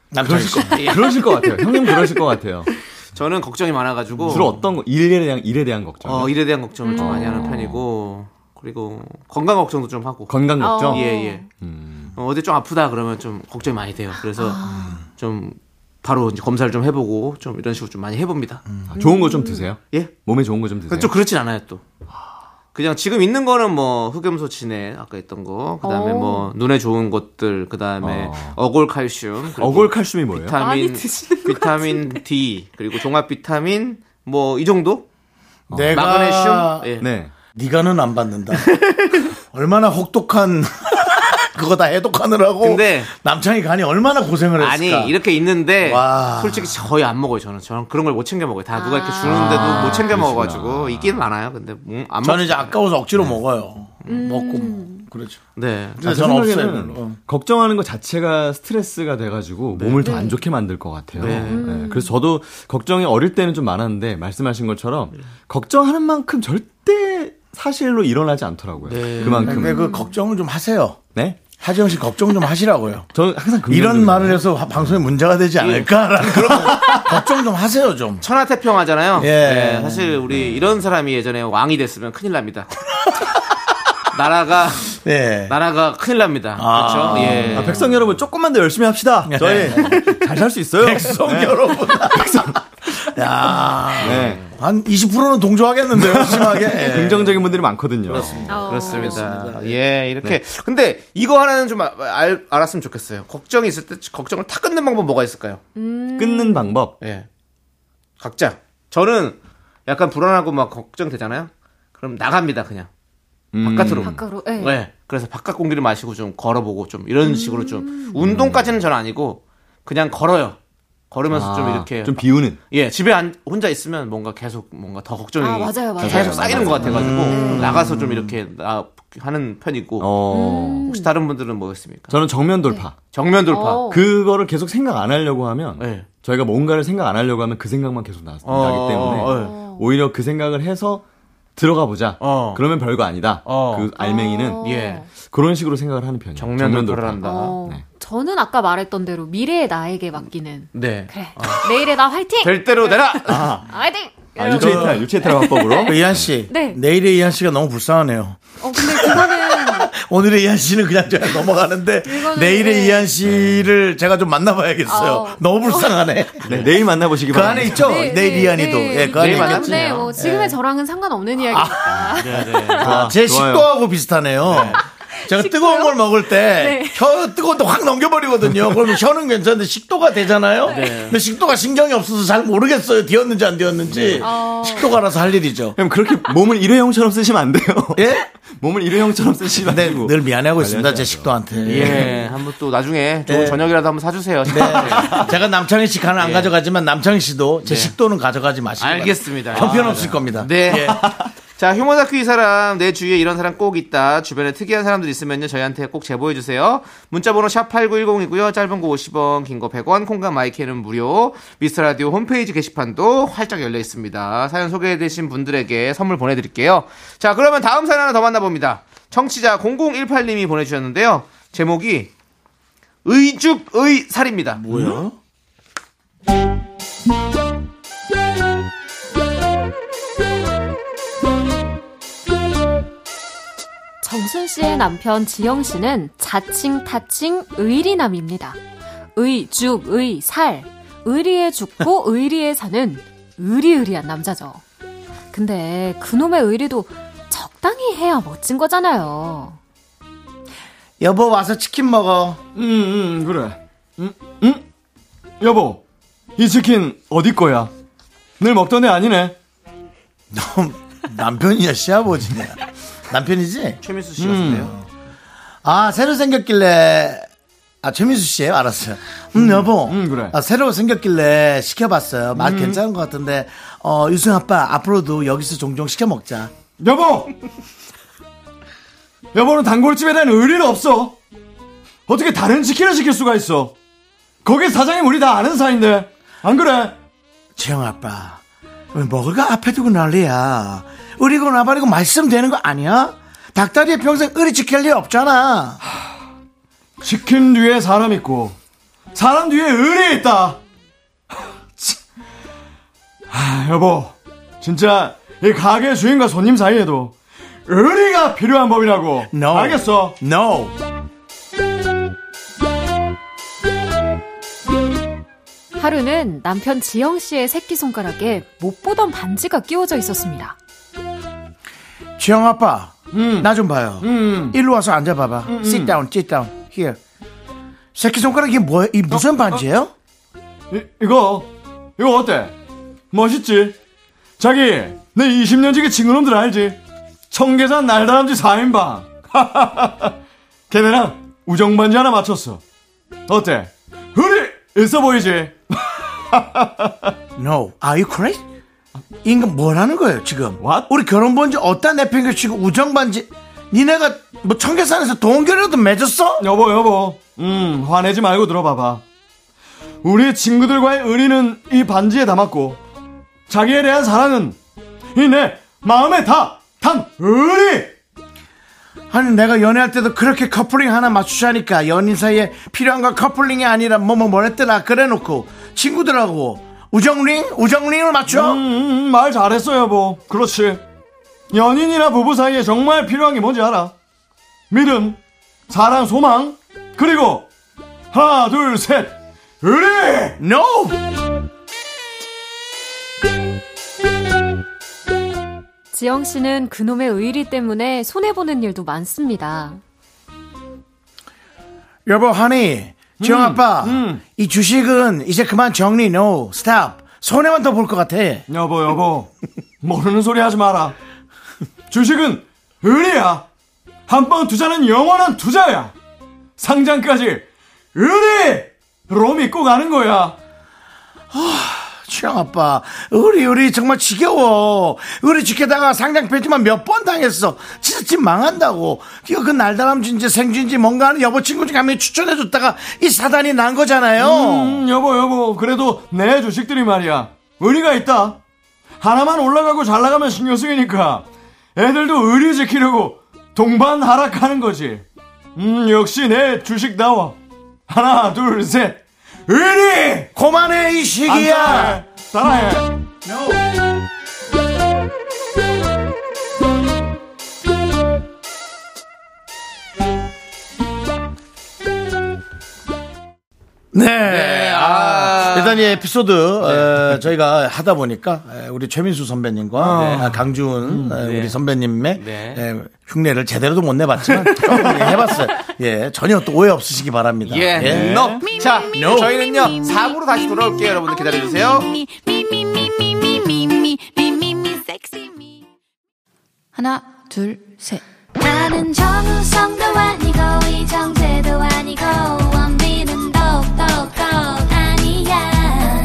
Speaker 1: 남자 씨.
Speaker 10: 그러실 것 같아요. 형님 그러실 것 같아요.
Speaker 2: 저는 걱정이 많아가지고
Speaker 10: 주로 어떤 거, 일에 대한 일에 대한 걱정.
Speaker 2: 어, 일에 대한 걱정을 좀 많이
Speaker 9: 음.
Speaker 2: 하는 편이고 그리고 건강 걱정도 좀 하고
Speaker 10: 건강 걱정.
Speaker 9: 어.
Speaker 2: 예, 예.
Speaker 10: 음.
Speaker 2: 어, 어디 좀 아프다 그러면 좀 걱정이 많이 돼요. 그래서
Speaker 9: 아.
Speaker 2: 좀 바로 이제 검사를 좀 해보고 좀 이런 식으로 좀 많이 해봅니다.
Speaker 10: 아, 좋은 거 좀 드세요.
Speaker 2: 예?
Speaker 10: 몸에 좋은 거 좀 드세요.
Speaker 2: 그좀 그렇진 않아요 또. 그냥 지금 있는 거는 뭐 흑염소 진해 아까 했던 거 그다음에
Speaker 9: 오.
Speaker 2: 뭐 눈에 좋은 것들 그다음에 어. 골 칼슘 그리고
Speaker 10: 어골 칼슘이 뭐예요?
Speaker 9: 많이
Speaker 2: 비타민
Speaker 9: 드시는 것
Speaker 2: 비타민 D 그리고 종합 비타민 뭐 이 정도
Speaker 1: 내가
Speaker 2: 마그네슘 예.
Speaker 10: 네.
Speaker 1: 아, 네가는 안 받는다. 얼마나 혹독한 그거 다 해독하느라고
Speaker 2: 근데
Speaker 1: 남창이 간이 얼마나 고생을 했을까.
Speaker 2: 아니 이렇게 있는데
Speaker 1: 와.
Speaker 2: 솔직히 거의 안 먹어요 저는 저는 그런 걸 못 챙겨 먹어요 다 누가 이렇게
Speaker 9: 아.
Speaker 2: 주는데도 못 챙겨 먹어가지고 있기는 많아요 근데 음, 안
Speaker 1: 저는 이제
Speaker 2: 먹-
Speaker 1: 아까워서 억지로 먹어요.
Speaker 2: 음.
Speaker 1: 먹고 그렇죠.
Speaker 2: 네
Speaker 1: 근데 저는 없어요. 별로.
Speaker 10: 아, 걱정하는 것 자체가 스트레스가 돼가지고 몸을
Speaker 9: 네.
Speaker 10: 더 안 좋게 만들 것 같아요.
Speaker 2: 네.
Speaker 9: 음.
Speaker 10: 네, 그래서 저도 걱정이 어릴 때는 좀 많았는데 말씀하신 것처럼 걱정하는 만큼 절대 사실로 일어나지 않더라고요. 그만큼.
Speaker 1: 근데 그 걱정을 좀 하세요.
Speaker 10: 네?
Speaker 1: 하지영 씨 걱정 좀 하시라고요.
Speaker 10: 저는 항상
Speaker 1: 이런
Speaker 10: 긍정적이에요.
Speaker 1: 말을 해서 하- 방송에 문제가
Speaker 2: 예.
Speaker 1: 되지 않을까라는 그런 걱정 좀 하세요 좀.
Speaker 2: 천하태평 하잖아요
Speaker 1: 예.
Speaker 2: 네, 사실 우리 이런 사람이 예전에 왕이 됐으면 큰일 납니다 나라가
Speaker 1: 예.
Speaker 2: 나라가 큰일 납니다 그렇죠 예.
Speaker 10: 아, 백성 여러분 조금만 더 열심히 합시다. 저희 잘 살 수 있어요.
Speaker 1: 백성 여러분. 야.
Speaker 10: 네.
Speaker 1: 한 20%는 동조하겠는데요, 심하게. 예.
Speaker 10: 긍정적인 분들이 많거든요.
Speaker 9: 어,
Speaker 2: 그렇습니다.
Speaker 9: 네.
Speaker 2: 예, 이렇게.
Speaker 10: 네.
Speaker 2: 근데 이거 하나는 좀 아- 알, 알았으면 좋겠어요. 걱정이 있을 때 걱정을 탁 끊는 방법 뭐가 있을까요?
Speaker 10: 끊는 방법.
Speaker 2: 예. 각자. 저는 약간 불안하고 막 걱정되잖아요. 그럼 나갑니다, 그냥.
Speaker 10: 음.
Speaker 2: 바깥으로.
Speaker 9: 밖으로, 예.
Speaker 2: 네. 그래서 바깥 공기를 마시고 좀 걸어보고 좀
Speaker 9: 음.
Speaker 2: 이런 식으로 좀 운동까지는 저는 아니고 그냥 걸어요. 걸으면서 좀
Speaker 10: 아,
Speaker 2: 이렇게
Speaker 10: 좀 비우는.
Speaker 2: 예, 집에 안, 혼자 있으면 뭔가 계속 뭔가 더 걱정이
Speaker 9: 아, 맞아요, 맞아요.
Speaker 2: 계속 쌓이는 것 같아가지고 나가서 좀 이렇게 나 하는 편이고
Speaker 10: 음. 어.
Speaker 2: 혹시 다른 분들은 뭐겠습니까?
Speaker 10: 저는 정면 돌파.
Speaker 2: 정면 돌파.
Speaker 9: 음. 어.
Speaker 10: 그거를 계속 생각 안 하려고 하면
Speaker 2: 네.
Speaker 10: 저희가 뭔가를 생각 안 하려고 하면 그 생각만 계속 나, 나기 때문에
Speaker 2: 어.
Speaker 10: 오히려 그 생각을 해서 들어가 보자.
Speaker 2: 어.
Speaker 10: 그러면 별거 아니다.
Speaker 2: 어.
Speaker 10: 그 알맹이는
Speaker 2: 예,
Speaker 10: 그런 식으로 생각을 하는 편이에요.
Speaker 2: 정면 돌파를 한다.
Speaker 9: 어,
Speaker 10: 네.
Speaker 9: 저는 아까 말했던 대로 미래의 나에게 맡기는.
Speaker 2: 네.
Speaker 9: 그래. 내일의 나 화이팅! 네. 어,
Speaker 2: 될 대로 내라.
Speaker 9: 화이팅!
Speaker 10: 아, 유체 이탈, 유체 이탈 화법으로.
Speaker 1: 그 이한 씨.
Speaker 9: 네.
Speaker 1: 내일의 이한 씨가 너무 불쌍하네요.
Speaker 9: 어, 근데 그거는
Speaker 1: 오늘의 이한 씨는 그냥 제가 넘어가는데
Speaker 9: 이거는
Speaker 1: 내일의
Speaker 9: 네.
Speaker 1: 이한 씨를 제가 좀 만나봐야겠어요.
Speaker 9: 어. 네,
Speaker 1: 너무 불쌍하네.
Speaker 10: 네, 내일 만나보시기
Speaker 1: 그
Speaker 10: 바랍니다.
Speaker 1: 안에 있죠? 내일 이한이도. 예, 그 안에
Speaker 2: 내일
Speaker 1: 있죠.
Speaker 2: 만나면
Speaker 9: 근데 뭐 지금의 저랑은 상관없는 이야기니까.
Speaker 1: 아, 제
Speaker 10: 좋아요.
Speaker 1: 식도하고 비슷하네요. 제가 뜨거운 걸 먹을 때,
Speaker 9: 네.
Speaker 1: 혀 뜨거운 데확 넘겨버리거든요. 그러면 혀는 괜찮은데 식도가 되잖아요?
Speaker 2: 네.
Speaker 1: 근데 식도가 신경이 없어서 잘 모르겠어요. 되었는지 안
Speaker 2: 네.
Speaker 1: 되었는지. 식도가 알아서 할 일이죠.
Speaker 10: 그럼 그렇게 몸을 일회용처럼 쓰시면 안 돼요.
Speaker 1: 예?
Speaker 10: 몸을 일회용처럼 쓰시면 안
Speaker 1: 근데
Speaker 10: 되고.
Speaker 1: 늘 미안해하고 있습니다. 제 식도한테.
Speaker 9: 네.
Speaker 2: 예, 한번 또 나중에 좋은
Speaker 1: 네.
Speaker 2: 저녁이라도 한번 사주세요.
Speaker 1: 제가 남창희 씨 간은 안
Speaker 2: 예. 네.
Speaker 1: 가져가지만 남창희 씨도 제 식도는 가져가지 마시고.
Speaker 2: 알겠습니다.
Speaker 1: 형편없을 겁니다.
Speaker 2: 네.
Speaker 1: 예.
Speaker 2: 자, 휴먼 다큐 이 사람, 내 주위에 이런 사람 꼭 있다. 주변에 특이한 사람들 있으면요, 저희한테 꼭 제보해주세요. 문자번호 샵8910이고요, 짧은 거 50원, 긴 거 100원, 콩과 마이크는 무료, 미스터 라디오 홈페이지 게시판도 활짝 열려 있습니다. 사연 소개되신 분들에게 선물 보내드릴게요. 자, 그러면 다음 사연 하나 더 만나봅니다. 청취자 0018님이 보내주셨는데요. 제목이, 의죽의 살입니다.
Speaker 1: 뭐야?
Speaker 9: 정순 씨의 남편 지영 씨는 자칭 타칭 의리남입니다. 의, 죽, 의, 살. 의리에 죽고 의리에 사는 의리의리한 남자죠. 근데 그놈의 의리도 적당히 해야 멋진 거잖아요.
Speaker 1: 여보 와서 치킨 먹어.
Speaker 10: 음, 음, 그래. 음, 음? 여보, 이 치킨 어디 거야? 늘 먹던 애 아니네.
Speaker 1: 남편이야 시아버지냐? 남편이지? 음.
Speaker 2: 최민수 씨 같은데요.
Speaker 1: 아 새로 생겼길래 아 최민수 씨예요 알았어요 음 여보
Speaker 10: 음, 그래.
Speaker 1: 아, 새로 생겼길래 시켜봤어요 맛
Speaker 2: 음.
Speaker 1: 괜찮은 것 같은데 어 유승 아빠 앞으로도 여기서 종종 시켜 먹자
Speaker 10: 여보! 여보는 단골집에 대한 의리는 없어. 어떻게 다른 치킨을 시킬 수가 있어? 거기 사장님 우리 다 아는 사이인데. 안 그래?
Speaker 1: 재영 아빠 왜 먹을까 앞에 두고 난리야 의리고 나발이고 말씀 되는 거 아니야 닭다리에 평생 의리 지킬 일 없잖아
Speaker 10: 치킨 뒤에 사람 있고, 사람 뒤에 의리 있다. 치. 아, 여보. 진짜, 이 가게 주인과 손님 사이에도 의리가 필요한 법이라고.
Speaker 1: No.
Speaker 10: 알겠어.
Speaker 1: No
Speaker 9: 하루는 남편 지영 씨의 새끼손가락에 못 보던 반지가 끼워져 있었습니다.
Speaker 1: 재영 아빠
Speaker 10: 음.
Speaker 1: 나 좀 봐요
Speaker 2: 음.
Speaker 1: 일로 와서 앉아봐봐 sit down sit down here 새끼 손가락 이게 뭐야 이 무슨 반지예요?
Speaker 10: 이, 이거 이거 어때? 멋있지? 자기 내 20년 지기 친구놈들 알지? 청계산 날다람쥐 4인방. 걔네랑 우정반지 하나 맞췄어. 어때? 흥이 있어 보이지?
Speaker 1: No. Are you crazy? 이 인간 뭘 하는 거예요, 지금? 우리 결혼 본지 어디다 내팽개치고 우정반지. 니네가 뭐 청계산에서 동결이라도 맺었어?
Speaker 10: 여보, 여보. 음, 화내지 말고 들어봐봐. 우리 친구들과의 의리는 이 반지에 담았고, 자기에 대한 사랑은 이 내 마음에 다, 단, 의리!
Speaker 1: 아니 내가 연애할 때도 그렇게 커플링 하나 맞추자니까 연인 사이에 필요한 건 커플링이 아니라 뭐뭐 뭐랬더라 그래놓고 친구들하고 우정링 우정링을 맞춰
Speaker 10: 음, 말 잘했어 여보 그렇지 연인이나 부부 사이에 정말 필요한 게 뭔지 알아? 믿음, 사랑, 소망, 그리고 하나, 둘, 셋, 의리!
Speaker 1: No!
Speaker 9: 지영 씨는 그놈의 의리 때문에 손해보는 일도 많습니다.
Speaker 1: 여보 하니 지영
Speaker 9: 음,
Speaker 1: 아빠 이 주식은 이제 그만 정리 no stop 손해만 더 볼 것 같아
Speaker 10: 여보 여보 모르는 소리 하지 마라 주식은 의리야 한방 투자는 영원한 투자야 상장까지 의리로 믿고 가는 거야
Speaker 1: 지영 아빠 우리 우리 정말 지겨워 우리 지켜다가 상장 폐지만 몇 번 당했어 진짜 집 망한다고 이거 그 날다람쥐인지 생쥐인지 뭔가 하는 여보 친구 중에 한 명이 추천해줬다가 이 사단이 난 거잖아요
Speaker 10: 음, 여보 여보 그래도 내 주식들이 말이야 의리가 있다 하나만 올라가고 잘 나가면 신경 쓰이니까 애들도 의리 지키려고 동반 하락하는 거지 음 역시 내 주식 나와 하나 둘 셋 의리
Speaker 1: 고만해 이
Speaker 10: 시기야 따라해
Speaker 1: 네. 아, 일단 이 에피소드 에, 저희가 하다 보니까 에, 우리 최민수 선배님과
Speaker 6: 네.
Speaker 1: 아, 강준 에, 우리 선배님의
Speaker 6: 네.
Speaker 1: 에, 흉내를 제대로도 못 내봤지만 조금 해봤어요. 예, 전혀 또 오해 없으시기 바랍니다.
Speaker 2: 예, no. 자, 저희는요, 4부로 다시 돌아올게요. 여러분들 기다려주세요.
Speaker 11: 하나, 둘, 셋.
Speaker 12: 나는 정우성도 아니고 이정재도 아니고 원빈은 더욱더 아니야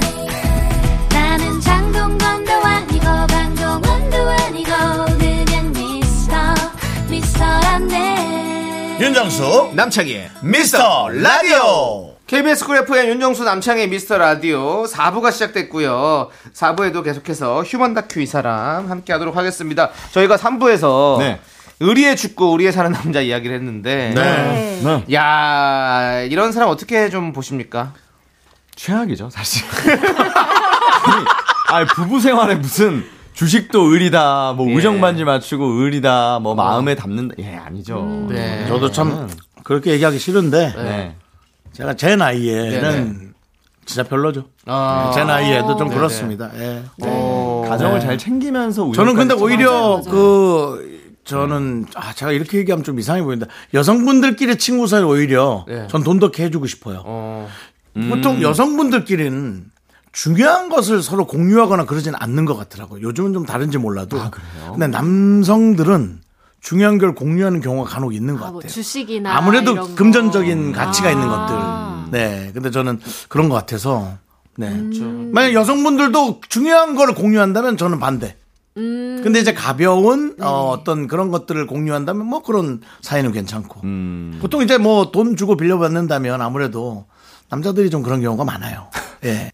Speaker 12: 나는 장동건도 아니고 강동원도 아니고 그냥 미스터 미스터란데
Speaker 2: 윤정수 남창희의 미스터 라디오 KBS 쿨 FM 윤정수 남창희의 미스터 라디오 4부가 시작됐고요 4부에도 계속해서 휴먼 다큐 이 사람 함께 하도록 하겠습니다 저희가 3부에서 의리의 축구 의리의 사는 남자 이야기를 했는데
Speaker 10: 네.
Speaker 2: 야 이런 사람 어떻게 좀 보십니까?
Speaker 10: 최악이죠, 사실. 아니, 부부 생활에 무슨 주식도 의리다, 뭐 의정 반지 맞추고 의리다, 뭐 마음에 담는다. 예, 아니죠.
Speaker 2: 음,
Speaker 1: 네. 저도 참 그렇게 얘기하기 싫은데 네. 제가 제 나이에는 진짜 별로죠.
Speaker 10: 아.
Speaker 1: 네, 제 나이에도 좀
Speaker 10: 네네.
Speaker 1: 그렇습니다. 예.
Speaker 10: 네. 가정을 잘 챙기면서
Speaker 1: 저는 근데
Speaker 10: 우연까지
Speaker 1: 오히려
Speaker 10: 찾아가죠.
Speaker 1: 그 저는 아 제가 이렇게 얘기하면 좀 이상해 보인다. 여성분들끼리 친구 사이 오히려
Speaker 10: 네.
Speaker 1: 전 돈독해 해주고 싶어요. 보통
Speaker 10: 음.
Speaker 1: 여성분들끼리는 중요한 것을 서로 공유하거나 그러진 않는 것 같더라고요. 요즘은 좀 다른지
Speaker 10: 아,
Speaker 1: 몰라도. 근데 남성들은 중요한 걸 공유하는 경우가 간혹 있는 것 같아요.
Speaker 9: 뭐 주식이나
Speaker 1: 아무래도
Speaker 9: 이런 거. 아.
Speaker 1: 금전적인 가치가 있는 것들. 네. 근데 저는 그런 것 같아서. 네.
Speaker 9: 음.
Speaker 1: 만약 여성분들도 중요한 걸 공유한다면 저는 반대.
Speaker 9: 음.
Speaker 1: 근데 이제 가벼운 어, 떤 그런 것들을 공유한다면 뭐 그런 사이는 괜찮고.
Speaker 2: 음.
Speaker 1: 보통 이제 뭐 돈 주고 빌려받는다면 아무래도 남자들이 좀 그런 경우가 많아요. 예.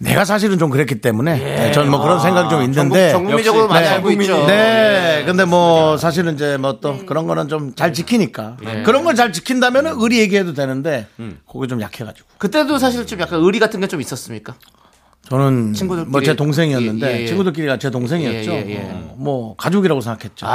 Speaker 1: 내가 사실은 좀 그랬기 때문에 예. 저는 뭐 그런
Speaker 2: 아,
Speaker 1: 생각이 좀 있는데
Speaker 2: 전국- 전국민적으로
Speaker 1: 역시,
Speaker 2: 많이 알고 있죠. 예.
Speaker 1: 네, 근데 뭐 사실은 이제 뭐 또 그런 거는 좀 잘 지키니까
Speaker 2: 네. 음.
Speaker 1: 그런 걸 잘 지킨다면은 의리 얘기해도 되는데 그게 좀 약해가지고
Speaker 2: 그때도 사실 좀 약간 의리 같은 게 좀 있었습니까?
Speaker 1: 저는
Speaker 2: 친구들끼리-
Speaker 1: 뭐 제 동생이었는데
Speaker 2: 예, 예, 예.
Speaker 1: 친구들끼리가 제 동생이었죠.
Speaker 2: 예, 예, 아. 예.
Speaker 1: 어, 뭐 가족이라고 생각했죠.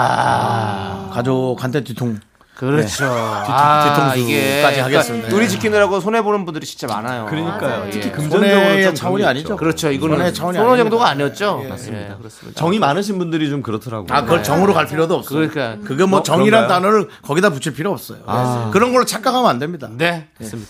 Speaker 1: 어, 가족한테 뒤통
Speaker 2: 그렇죠. 아,
Speaker 1: 뒤통, 뒤통수까지 하겠습니다.
Speaker 2: 그러니까 의리 지키느라고 손해 보는 분들이 진짜 많아요.
Speaker 1: 그러니까요.
Speaker 2: 아,
Speaker 1: 특히
Speaker 2: 예.
Speaker 1: 금전적으로 손해의 좀 차원이 그런 게 아니죠. 있죠.
Speaker 2: 그렇죠. 이거는
Speaker 1: 손해의
Speaker 2: 손해
Speaker 1: 차원이
Speaker 2: 정도가 아니었죠.
Speaker 1: 예. 맞습니다.
Speaker 2: 그렇습니다.
Speaker 10: 정이 많으신 분들이 좀 그렇더라고요.
Speaker 1: 아, 그걸 정으로 갈 필요도 없어요.
Speaker 2: 네. 그러니까.
Speaker 1: 그게뭐
Speaker 10: 어,
Speaker 1: 정이란
Speaker 10: 그런가요?
Speaker 1: 단어를 거기다 붙일 필요 없어요.
Speaker 10: 아.
Speaker 1: 그런 걸로 착각하면 안 됩니다.
Speaker 2: 네. 맞습니다.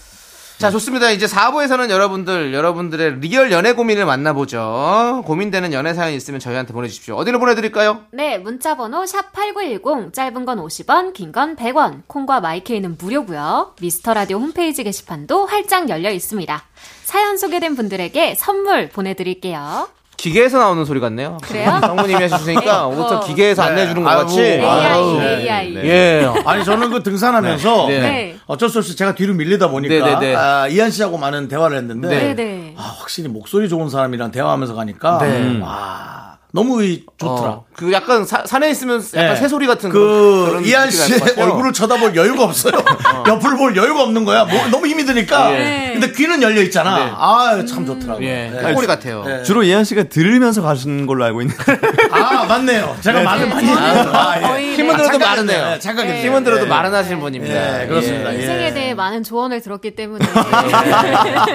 Speaker 2: 자, 좋습니다. 이제 4부에서는 여러분들, 여러분들의 리얼 연애 고민을 만나보죠. 고민되는 연애 사연이 있으면 저희한테 보내주십시오. 어디로 보내드릴까요?
Speaker 9: 네, 문자 번호 샵8910 짧은 건 50원, 긴 건 100원. 콩과 마이케이는 무료고요. 미스터 라디오 홈페이지 게시판도 활짝 열려 있습니다. 사연 소개된 분들에게 선물 보내 드릴게요.
Speaker 2: 기계에서 나오는 소리 같네요.
Speaker 9: 그래요?
Speaker 2: 성모님이 해주시니까
Speaker 9: 네,
Speaker 2: 오늘부터
Speaker 9: 어.
Speaker 2: 기계에서 안내해주는 것 같이.
Speaker 1: 네.
Speaker 2: 어,
Speaker 1: 아이고,
Speaker 9: 아이고.
Speaker 1: 아유.
Speaker 9: AI.
Speaker 1: 예. 아니 저는 그 등산하면서
Speaker 2: 네.
Speaker 9: 네.
Speaker 1: 어쩔 수 없이 제가 뒤로 밀리다 보니까
Speaker 2: 네, 네, 네.
Speaker 1: 아, 이한 씨하고 많은 대화를 했는데
Speaker 9: 네, 네.
Speaker 1: 아, 확실히 목소리 좋은 사람이랑 대화하면서 가니까 음.
Speaker 2: 네.
Speaker 1: 와, 너무 이- 좋더라.
Speaker 2: 어, 그 약간 사- 산에 있으면 약간
Speaker 1: 네.
Speaker 2: 새소리 같은
Speaker 1: 그
Speaker 2: 그런
Speaker 1: 이한
Speaker 2: 느낌이
Speaker 1: 씨의
Speaker 2: 날것 같아요.
Speaker 1: 얼굴을 쳐다볼 여유가 없어요. 옆을 볼 여유가 없는 거야. 뭐, 너무 힘이 드니까.
Speaker 2: 예. 네.
Speaker 1: 근데 귀는 열려 있잖아. 아, 참 좋더라고.
Speaker 2: 예.
Speaker 1: 네.
Speaker 2: 꼬리 같아요.
Speaker 1: 네.
Speaker 10: 주로 예한 씨가 들으면서 가시는 걸로 알고 있는데.
Speaker 1: 아, 맞네요. 제가
Speaker 10: 네.
Speaker 1: 말을 많이
Speaker 10: 저는
Speaker 1: 했네요. 아, 예.
Speaker 9: 거의
Speaker 2: 힘은 들어도
Speaker 1: 착각했네.
Speaker 2: 말은 해요.
Speaker 1: 네, 착각했네.
Speaker 2: 힘은 들어도
Speaker 1: 예.
Speaker 2: 말은 하시는 분입니다.
Speaker 1: 예, 그렇습니다. 예.
Speaker 9: 인생에 대해 많은 조언을 들었기 때문에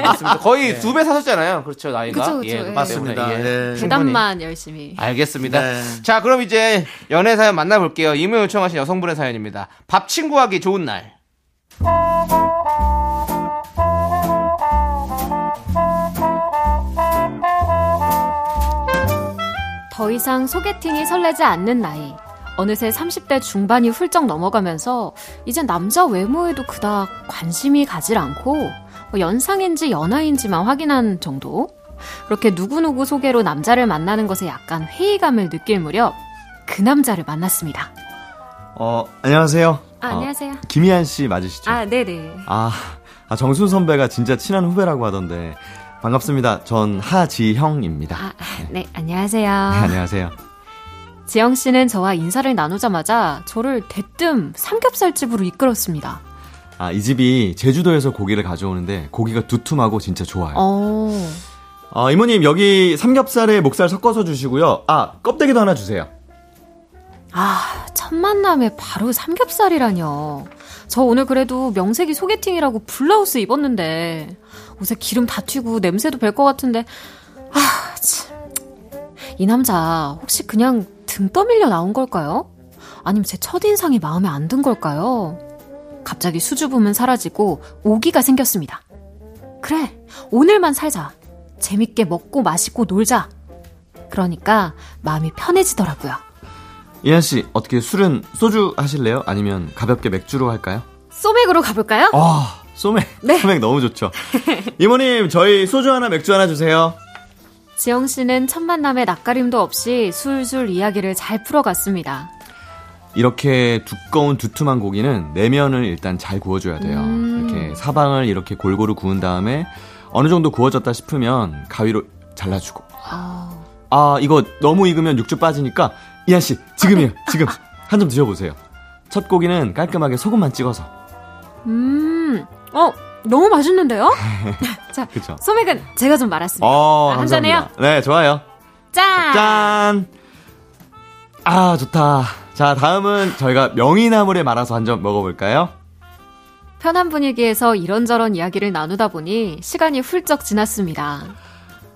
Speaker 2: 맞습니다. 거의 두 배 사셨잖아요. 그렇죠, 나이가.
Speaker 9: 그쵸, 그쵸.
Speaker 2: 예,
Speaker 9: 예.
Speaker 2: 때문에,
Speaker 1: 예. 맞습니다.
Speaker 2: 예.
Speaker 1: 예.
Speaker 9: 대답만 열심히.
Speaker 2: 알겠습니다.
Speaker 1: 네.
Speaker 2: 자, 그럼 이제 연애 사연 만나볼게요. 이메일 요청하신 여성분의 사연입니다. 밥 친구하기 좋은 날.
Speaker 9: 더 이상 소개팅이 설레지 않는 나이. 어느새 30대 중반이 훌쩍 넘어가면서 이제 남자 외모에도 그닥 관심이 가질 않고 뭐 연상인지 연하인지만 확인한 정도? 그렇게 누구누구 소개로 남자를 만나는 것에 약간 회의감을 느낄 무렵 그 남자를 만났습니다.
Speaker 10: 어, 안녕하세요.
Speaker 9: 아, 안녕하세요.
Speaker 10: 김희한 씨 맞으시죠?
Speaker 9: 아, 네네.
Speaker 10: 아, 아, 정순 선배가 진짜 친한 후배라고 하던데. 반갑습니다. 전 하지형입니다.
Speaker 9: 아, 네,
Speaker 10: 네,
Speaker 9: 안녕하세요.
Speaker 10: 안녕하세요.
Speaker 9: 지영 씨는 저와 인사를 나누자마자 저를 대뜸 삼겹살집으로 이끌었습니다.
Speaker 10: 아, 이 집이 제주도에서 고기를 가져오는데 고기가 두툼하고 진짜 좋아요.
Speaker 9: 어,
Speaker 10: 아, 이모님 여기 삼겹살에 목살 섞어서 주시고요. 아, 껍데기도 하나 주세요.
Speaker 9: 아, 첫 만남에 바로 삼겹살이라뇨. 저 오늘 그래도 명색이 소개팅이라고 블라우스 입었는데 옷에 기름 다 튀고 냄새도 벨 것 같은데 아, 참. 이 남자 혹시 그냥 등 떠밀려 나온 걸까요? 아니면 제 첫인상이 마음에 안 든 걸까요? 갑자기 수줍음은 사라지고 오기가 생겼습니다. 그래, 오늘만 살자. 재밌게 먹고 마시고 놀자. 그러니까 마음이 편해지더라고요.
Speaker 10: 이한 씨, 어떻게 술은 소주 하실래요? 아니면 가볍게 맥주로 할까요?
Speaker 9: 소맥으로 가볼까요?
Speaker 10: 아, 소맥.
Speaker 9: 네.
Speaker 10: 소맥 너무 좋죠. 이모님, 저희 소주 하나, 맥주 하나 주세요.
Speaker 9: 지영 씨는 첫 만남에 낯가림도 없이 술술 이야기를 잘 풀어갔습니다.
Speaker 10: 이렇게 두꺼운 두툼한 고기는 내면을 일단 잘 구워줘야 돼요.
Speaker 9: 음.
Speaker 10: 이렇게 사방을 이렇게 골고루 구운 다음에 어느 정도 구워졌다 싶으면 가위로 잘라주고. 아, 이거 너무 익으면 육즙 빠지니까 이한 씨, 지금이에요. 지금. 한 점 드셔보세요. 첫 고기는 깔끔하게 소금만 찍어서.
Speaker 9: 음, 어, 너무 맛있는데요? 자,
Speaker 10: 그쵸?
Speaker 9: 소맥은 제가 좀 말았습니다.
Speaker 10: 어,
Speaker 9: 아, 한
Speaker 10: 감사합니다.
Speaker 9: 잔해요?
Speaker 10: 네, 좋아요.
Speaker 9: 짠!
Speaker 10: 짠! 아, 좋다. 자, 다음은 저희가 명이나물에 말아서 한 점 먹어볼까요?
Speaker 9: 편한 분위기에서 이런저런 이야기를 나누다 보니 시간이 훌쩍 지났습니다.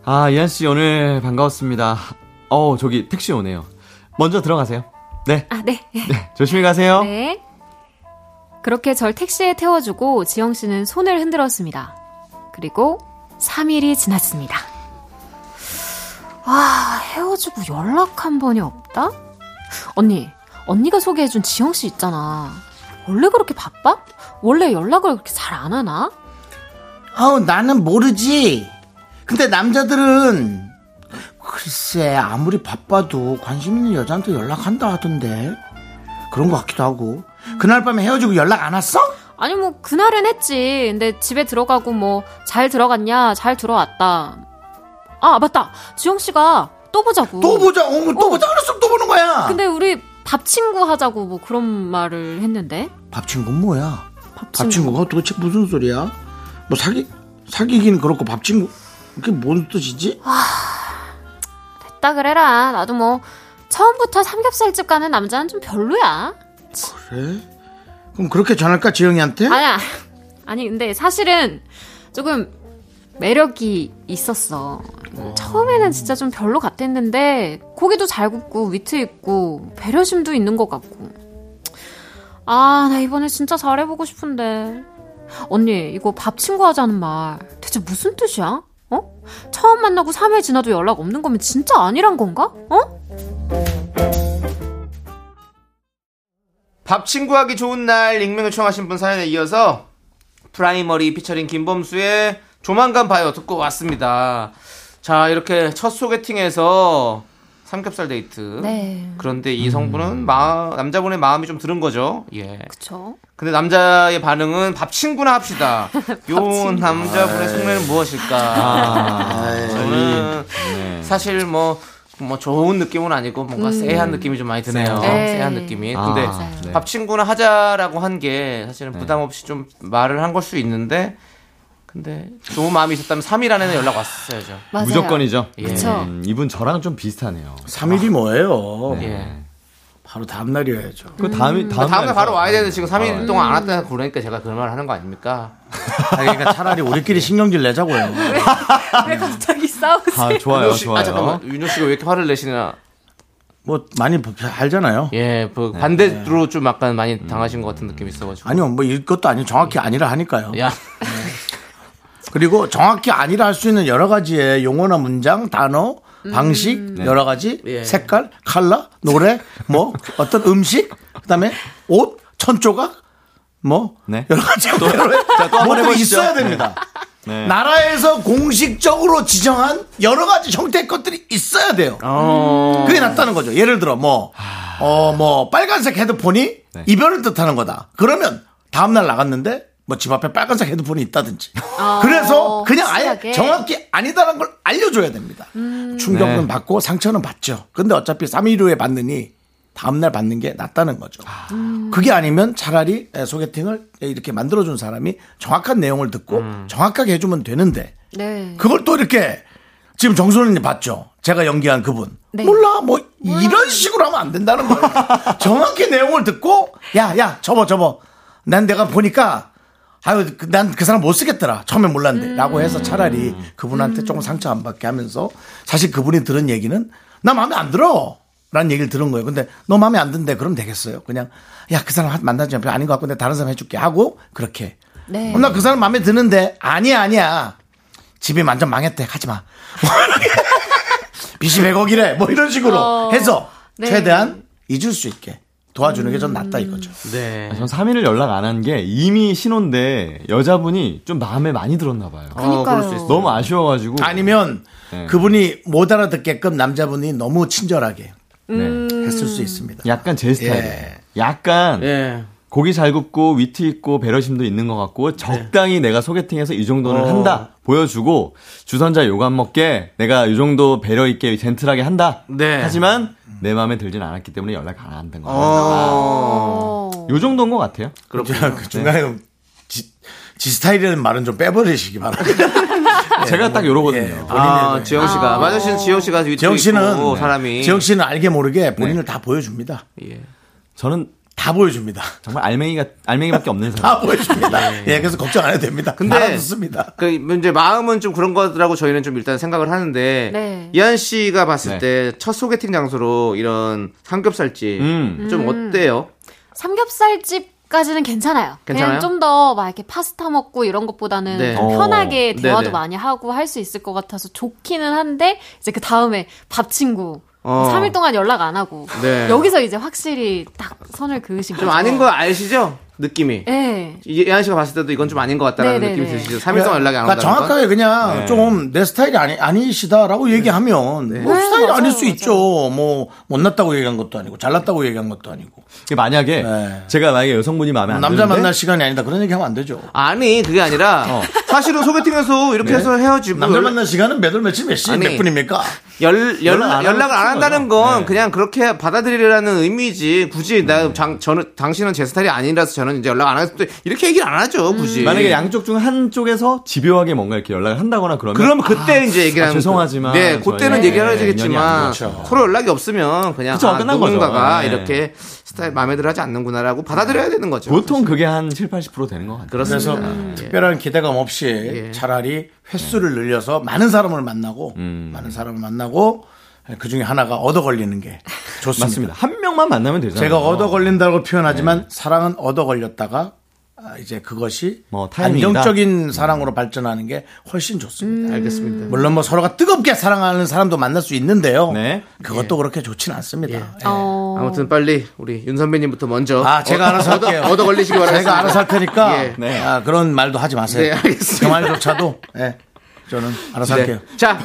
Speaker 10: 아, 이한 씨 오늘 반가웠습니다. 어, 저기 택시 오네요. 먼저 들어가세요. 네,
Speaker 9: 아, 네.
Speaker 10: 조심히 가세요.
Speaker 9: 네. 그렇게 절 택시에 태워주고 지영 씨는 손을 흔들었습니다. 그리고 3일이 지났습니다. 아, 헤어지고 연락 한 번이 없다? 언니, 언니가 소개해준 지영 씨 있잖아. 원래 그렇게 바빠? 원래 연락을 그렇게 잘 안 하나?
Speaker 6: 아우 나는 모르지. 근데 남자들은 글쎄 아무리 바빠도 관심 있는 여자한테 연락한다 하던데 그런 것 같기도 하고 그날 밤에 헤어지고 연락 안 왔어?
Speaker 9: 아니, 뭐, 그날은 했지. 근데 집에 들어가고 뭐, 잘 들어갔냐, 잘 들어왔다. 아, 맞다. 지영 씨가 또 보자고.
Speaker 6: 또 보자. 어, 또 보자. 그랬으면 또 보는
Speaker 1: 아.
Speaker 6: 거야.
Speaker 9: 근데 우리 밥 친구 하자고 뭐 그런 말을 했는데
Speaker 6: 밥 친구는 뭐야?
Speaker 9: 밥
Speaker 6: 밥 친구가 도대체 무슨 소리야? 뭐 사기 사귀긴 그렇고 밥 친구 그게 뭔 뜻이지?
Speaker 9: 아. 됐다 그래라 나도 뭐 처음부터 삼겹살집 가는 남자는 좀 별로야
Speaker 6: 그래? 그럼 그렇게 전할까 지영이한테?
Speaker 9: 아니야 아니 근데 사실은 조금 매력이 있었어 처음에는 진짜 좀 별로 같았는데 고기도 잘 굽고 위트 있고 배려심도 있는 것 같고 아 나 이번에 진짜 잘해보고 싶은데 언니, 이거 밥 친구 하자는 말 대체 무슨 뜻이야? 어? 처음 만나고 3회 지나도 연락 없는 거면 진짜 아니란 건가? 어?
Speaker 2: 밥 친구하기 좋은 날 익명 요청하신 분 사연에 이어서 프라이머리 피처링 김범수의 조만간 봐요 듣고 왔습니다. 자 이렇게 첫 소개팅에서 삼겹살 데이트.
Speaker 9: 네.
Speaker 2: 그런데 이 성분은 마- 남자분의 마음이 좀 들은 거죠. 예.
Speaker 9: 그쵸.
Speaker 2: 근데 남자의 반응은 밥 친구나 합시다. 요 남자분의 속내는 무엇일까? 아, 저는 사실 뭐. 뭐 좋은 느낌은 아니고 뭔가
Speaker 4: 음.
Speaker 2: 쎄한 느낌이 좀 많이 드네요.
Speaker 4: 네.
Speaker 2: 쎄한 느낌이.
Speaker 4: 아,
Speaker 2: 근데
Speaker 4: 맞아요. 네.
Speaker 2: 밥 친구나 하자라고 한 게 사실은 부담 없이 좀 말을 한 걸 수 있는데 근데 좋은 마음이 있었다면 3일 안에는 연락 왔었어야죠.
Speaker 10: 무조건이죠.
Speaker 2: 예. 음,
Speaker 10: 음, 이분 저랑 좀 비슷하네요.
Speaker 1: 3일이 뭐예요?
Speaker 2: 예.
Speaker 1: 바로 다음 날이어야죠.
Speaker 10: 그 다음이- 다음
Speaker 2: 아, 다음에
Speaker 10: 날
Speaker 2: 바로 와야 되는데 지금 3일
Speaker 1: 아,
Speaker 2: 동안 안 왔다는 그러니까 제가 그런 말을 하는 거 아닙니까?
Speaker 1: 그러니까 차라리
Speaker 6: 아, 예.
Speaker 1: 우리끼리 신경질 내자고요.
Speaker 9: 왜 갑자기 싸우세요?
Speaker 2: 윤호 씨, 아 잠깐만 윤호 씨가 왜 이렇게 화를 내시나?
Speaker 1: 뭐 많이 바- 알잖아요.
Speaker 2: 예, 그 반대로 좀 약간 많이 당하신 것 같은 느낌이 있어가지고.
Speaker 1: 아니요, 뭐 이것도 아니고
Speaker 10: 예.
Speaker 1: 정확히 아니라 하니까요. 예.
Speaker 2: 야.
Speaker 1: 그리고 정확히 아니라 할 수 있는 여러 가지의 용어나 문장, 단어,
Speaker 10: 음.
Speaker 1: 방식,
Speaker 10: 네.
Speaker 1: 여러 가지
Speaker 2: 예.
Speaker 1: 색깔, 컬러, 노래, 뭐 어떤 음식, 그다음에 옷, 천조각, 뭐 여러 가지
Speaker 10: 네. 또- 자, 또한번
Speaker 1: 뭐가
Speaker 10: 해보시죠.
Speaker 1: 있어야 됩니다.
Speaker 10: 네.
Speaker 1: 나라에서 공식적으로 지정한 여러 가지 형태의 것들이 있어야 돼요. 그게 낫다는 거죠. 예를 들어 뭐, 어, 뭐, 빨간색 헤드폰이 이별을 뜻하는 거다. 그러면 다음날 나갔는데 뭐 집 앞에 빨간색 헤드폰이 있다든지. 그래서 그냥 아예
Speaker 6: 아, 확실하게.
Speaker 1: 정확히 아니다라는 걸 알려줘야 됩니다. 충격은
Speaker 6: 네.
Speaker 1: 받고 상처는 받죠. 근데 어차피 3일 후에 받느니 다음날 받는 게 낫다는 거죠. 그게 아니면 차라리 에, 소개팅을 이렇게 만들어준 사람이 정확한 내용을 듣고 정확하게 해주면 되는데
Speaker 9: 네.
Speaker 1: 그걸 또 이렇게 지금 정선우님 봤죠? 제가 연기한 그분. 몰라 뭐 이런 식으로 하면 안 된다는 거예요. 정확히 내용을 듣고 야야 접어 접어. 난 내가 보니까 아유 난 그 사람 못 쓰겠더라. 처음에 음. 몰랐는데라고 해서 차라리 그분한테 조금 상처 안 받게 하면서 사실 그분이 들은 얘기는 나 마음에 안 들어. 라는 얘기를 들은 거예요. 근데 너 마음에 안 든대. 그럼 되겠어요. 그냥 야 그 사람 만나지 않고 아닌 것 같고 내가 다른 사람 해줄게 하고 그렇게
Speaker 9: 네.
Speaker 1: 나 그 사람 마음에 드는데 아니야 아니야 집이 완전 망했대 하지 마뭐 빚이 100억이래 뭐 이런 식으로
Speaker 10: 어,
Speaker 1: 해서
Speaker 10: 네. 음.
Speaker 1: 최대한 잊을 수 있게 도와주는 게 전 낫다 이거죠
Speaker 2: 네.
Speaker 10: 전 3일을 연락 안 한 게 이미 신혼데 여자분이 좀 마음에 많이 들었나 봐요.
Speaker 2: 아.
Speaker 1: 아, 그러니까요. 그럴 수 있어요.
Speaker 10: 너무 아쉬워가지고.
Speaker 1: 아니면 그분이 못 알아듣게끔 남자분이 너무 친절하게
Speaker 10: 네.
Speaker 2: 음.
Speaker 10: 했을
Speaker 1: 수 있습니다.
Speaker 10: 약간 제 스타일.
Speaker 1: 예.
Speaker 10: 약간 고기 잘 굽고 위트 있고 배려심도 있는 것 같고 적당히 내가 소개팅에서 이 정도는
Speaker 1: 예. 어.
Speaker 10: 한다 보여주고 주선자 욕 안 먹게 내가 이 정도 배려 있게 젠틀하게 한다.
Speaker 1: 네.
Speaker 10: 하지만 내 마음에 들진 않았기 때문에 연락 안 한다는
Speaker 1: 어.
Speaker 10: 거예요.
Speaker 2: 어.
Speaker 10: 요 정도인 것 같아요.
Speaker 1: 그렇죠. 그 중간에 지, 지 스타일이라는 말은 좀 빼버리시기 바랍니다 그렇죠.
Speaker 10: 제가 딱
Speaker 1: 예.
Speaker 10: 요러거든요.
Speaker 2: 아, 지영 씨가. 맞아, 씨는 지영 씨가 위트
Speaker 1: 지영 씨는 네.
Speaker 2: 있고, 사람이. 예.
Speaker 1: 지영 씨는 알게 모르게 본인을 다 보여줍니다
Speaker 10: 저는
Speaker 1: 다 보여줍니다.
Speaker 10: 정말 알맹이가 알맹이밖에 없는 사람.
Speaker 1: 다 보여줍니다. 예, 그래서 걱정 안 해도 됩니다.
Speaker 2: 근데
Speaker 1: 알아듣습니다.
Speaker 2: 그 이제 마음은 좀 그런 거라고 저희는 좀 일단 생각을 하는데
Speaker 1: 네.
Speaker 2: 이한 씨가 봤을 때 첫 소개팅 장소로 이런 삼겹살집 좀
Speaker 9: 음.
Speaker 2: 어때요?
Speaker 9: 삼겹살집 까지는 괜찮아요.
Speaker 2: 괜찮아요?
Speaker 9: 그냥 좀 더 막 이렇게 파스타 먹고 이런 것보다는
Speaker 2: 네.
Speaker 9: 좀
Speaker 2: 어.
Speaker 9: 편하게 대화도
Speaker 2: 네네.
Speaker 9: 많이 하고 할 수 있을 것 같아서 좋기는 한데 이제 그 다음에 밥 친구
Speaker 2: 어.
Speaker 9: 3일 동안 연락 안 하고
Speaker 2: 네.
Speaker 9: 여기서 이제 확실히 딱 선을 그으신
Speaker 2: 좀
Speaker 9: 거죠.
Speaker 2: 아닌 거 아시죠? 느낌이.
Speaker 9: 네.
Speaker 2: 이한 씨가 봤을 때도 이건 좀 아닌 것 같다라는
Speaker 9: 네, 네,
Speaker 2: 느낌이
Speaker 9: 네.
Speaker 2: 드시죠? 3일 동안 연락이 안
Speaker 1: 그러니까
Speaker 2: 온다.
Speaker 1: 정확하게 그냥 좀 내 스타일이 아니, 아니시다라고 얘기하면 뭐
Speaker 2: 네,
Speaker 1: 스타일이
Speaker 2: 맞아요,
Speaker 1: 아닐 수 있죠. 뭐 못났다고 얘기한 것도 아니고 잘났다고 얘기한 것도 아니고
Speaker 10: 이게 만약에 제가 만약에 여성분이 마음에 안
Speaker 1: 네. 남자
Speaker 10: 드는데
Speaker 1: 만날 시간이 아니다 그런 얘기하면 안 되죠.
Speaker 2: 아니 그게 아니라 사실은 소개팅에서 이렇게
Speaker 1: 어. 네.
Speaker 2: 해서 헤어지고
Speaker 1: 남자
Speaker 2: 연락-
Speaker 1: 만날 시간은 몇월 며칠 몇 시
Speaker 2: 아니,
Speaker 1: 몇 분입니까?
Speaker 2: 열, 연
Speaker 1: 연락 안 하는
Speaker 2: 연락을 안
Speaker 1: 거죠.
Speaker 2: 한다는 건
Speaker 10: 네.
Speaker 2: 그냥 그렇게 받아들이라는 의미지. 굳이 나 장, 저는 당신은 제 스타일이 아니라서 저는 이제 연락 안 하고 이렇게 얘기를 안 하죠. 굳이.
Speaker 10: 만약에 양쪽 중 한쪽에서 집요하게 뭔가 이렇게 연락을 한다거나 그러면
Speaker 2: 그럼 그때 이제 얘기를
Speaker 10: 아,
Speaker 2: 하는
Speaker 10: 죄송하지만
Speaker 2: 거. 네, 그때는
Speaker 10: 저희
Speaker 2: 얘기를
Speaker 10: 인연이
Speaker 2: 해야겠지만
Speaker 10: 아니고. 그렇죠.
Speaker 2: 서로 연락이 없으면 그냥
Speaker 10: 그쵸,
Speaker 2: 아,
Speaker 10: 끝난 거죠.
Speaker 2: 누군가가
Speaker 10: 네.
Speaker 2: 이렇게 스타일 마음에 들어 하지 않는구나라고 받아들여야 되는 거죠. 그렇죠.
Speaker 10: 보통 그게 한 7, 80% 되는 것 같아요.
Speaker 1: 그래서
Speaker 2: 네.
Speaker 1: 특별한 기대감 없이
Speaker 2: 예.
Speaker 1: 차라리 횟수를 늘려서 많은 사람을 만나고
Speaker 2: 음.
Speaker 1: 많은 사람을 만나고 그 중에 하나가 얻어 걸리는 게 좋습니다.
Speaker 10: 맞습니다. 한 명만 만나면 되잖아요.
Speaker 2: 네.
Speaker 1: 제가 얻어 걸린다고 표현하지만 사랑은 얻어 걸렸다가 아, 이제 그것이
Speaker 2: 뭐, 타이밍이다. 음.
Speaker 1: 안정적인 사랑으로 발전하는 게 훨씬 좋습니다.
Speaker 2: 알겠습니다.
Speaker 1: 물론 뭐 서로가 뜨겁게 사랑하는 사람도 만날 수 있는데요.
Speaker 2: 네. 예.
Speaker 1: 그것도 그렇게 좋진 않습니다. 예.
Speaker 9: 어.
Speaker 2: 아무튼 빨리 우리 윤 선배님부터 먼저
Speaker 1: 아, 제가
Speaker 2: 얻-
Speaker 1: 알아서
Speaker 2: 어. 얻어-
Speaker 1: 할게요.
Speaker 2: 얻어 걸리시기 바랍니다.
Speaker 1: 제가 알아서 할 테니까
Speaker 2: 예.
Speaker 1: 아, 그런 말도 하지 마세요.
Speaker 2: 네, 알겠습니다.
Speaker 1: 그 말조차도 예, 저는 알아서
Speaker 2: 네.
Speaker 1: 할게요.
Speaker 2: 자,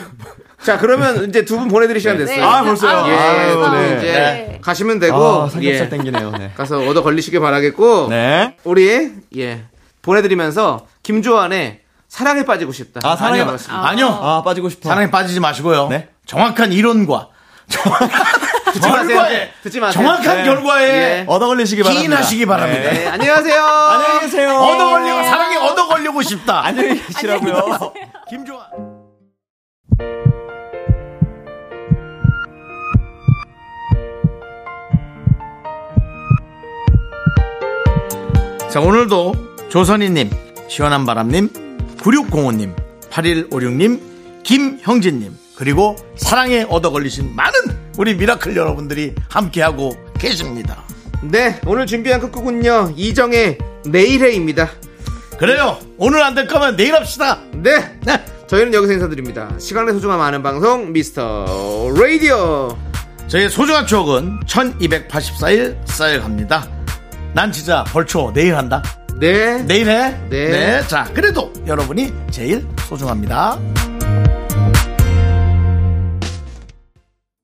Speaker 2: 자 그러면 이제 두 분 보내드릴 시간
Speaker 1: 네.
Speaker 2: 됐어요.
Speaker 1: 아, 벌써요?
Speaker 2: 예,
Speaker 1: 아유,
Speaker 2: 두분
Speaker 1: 네.
Speaker 2: 이제
Speaker 1: 네.
Speaker 2: 가시면 되고
Speaker 10: 아, 삼겹살
Speaker 2: 예.
Speaker 10: 땡기네요. 네.
Speaker 2: 가서 얻어 걸리시길 바라겠고
Speaker 1: 네.
Speaker 2: 우리 예 보내드리면서 김조한의 사랑에 빠지고 싶다.
Speaker 1: 아, 사랑에 빠- 아니요.
Speaker 10: 아, 빠지고 싶다.
Speaker 1: 사랑에 빠지지 마시고요. 정확한 이론과
Speaker 2: 듣지 네. 마세요.
Speaker 1: 결과에
Speaker 2: 듣지 마세요.
Speaker 1: 정확한
Speaker 2: 네.
Speaker 1: 결과에
Speaker 2: 예.
Speaker 10: 얻어 걸리시기 바랍니다.
Speaker 1: 기인하시기 바랍니다.
Speaker 2: 네, 안녕하세요. 안녕히
Speaker 10: 계세요.
Speaker 1: 얻어 걸리고 사랑에 얻어 걸리고 싶다.
Speaker 10: 안녕히 계시라고요.
Speaker 1: 김종아. 자, 오늘도 조선희님, 시원한 바람님, 9605님, 8156님, 김형진님, 그리고 사랑에 얻어 걸리신 많은 우리 미라클 여러분들이 함께하고 계십니다.
Speaker 2: 네, 오늘 준비한 끝곡은요. 이정의 내일해입니다.
Speaker 1: 그래요. 오늘 안 될 거면 내일 합시다.
Speaker 2: 네. 저희는 여기서 인사드립니다. 시간의 소중함 아는 방송 미스터 라디오.
Speaker 1: 저의 소중한 추억은 1284일 쌓여갑니다. 난 진짜 벌초 내일 한다.
Speaker 2: 네.
Speaker 1: 내일 해.
Speaker 2: 네.
Speaker 1: 자, 그래도 여러분이 제일 소중합니다.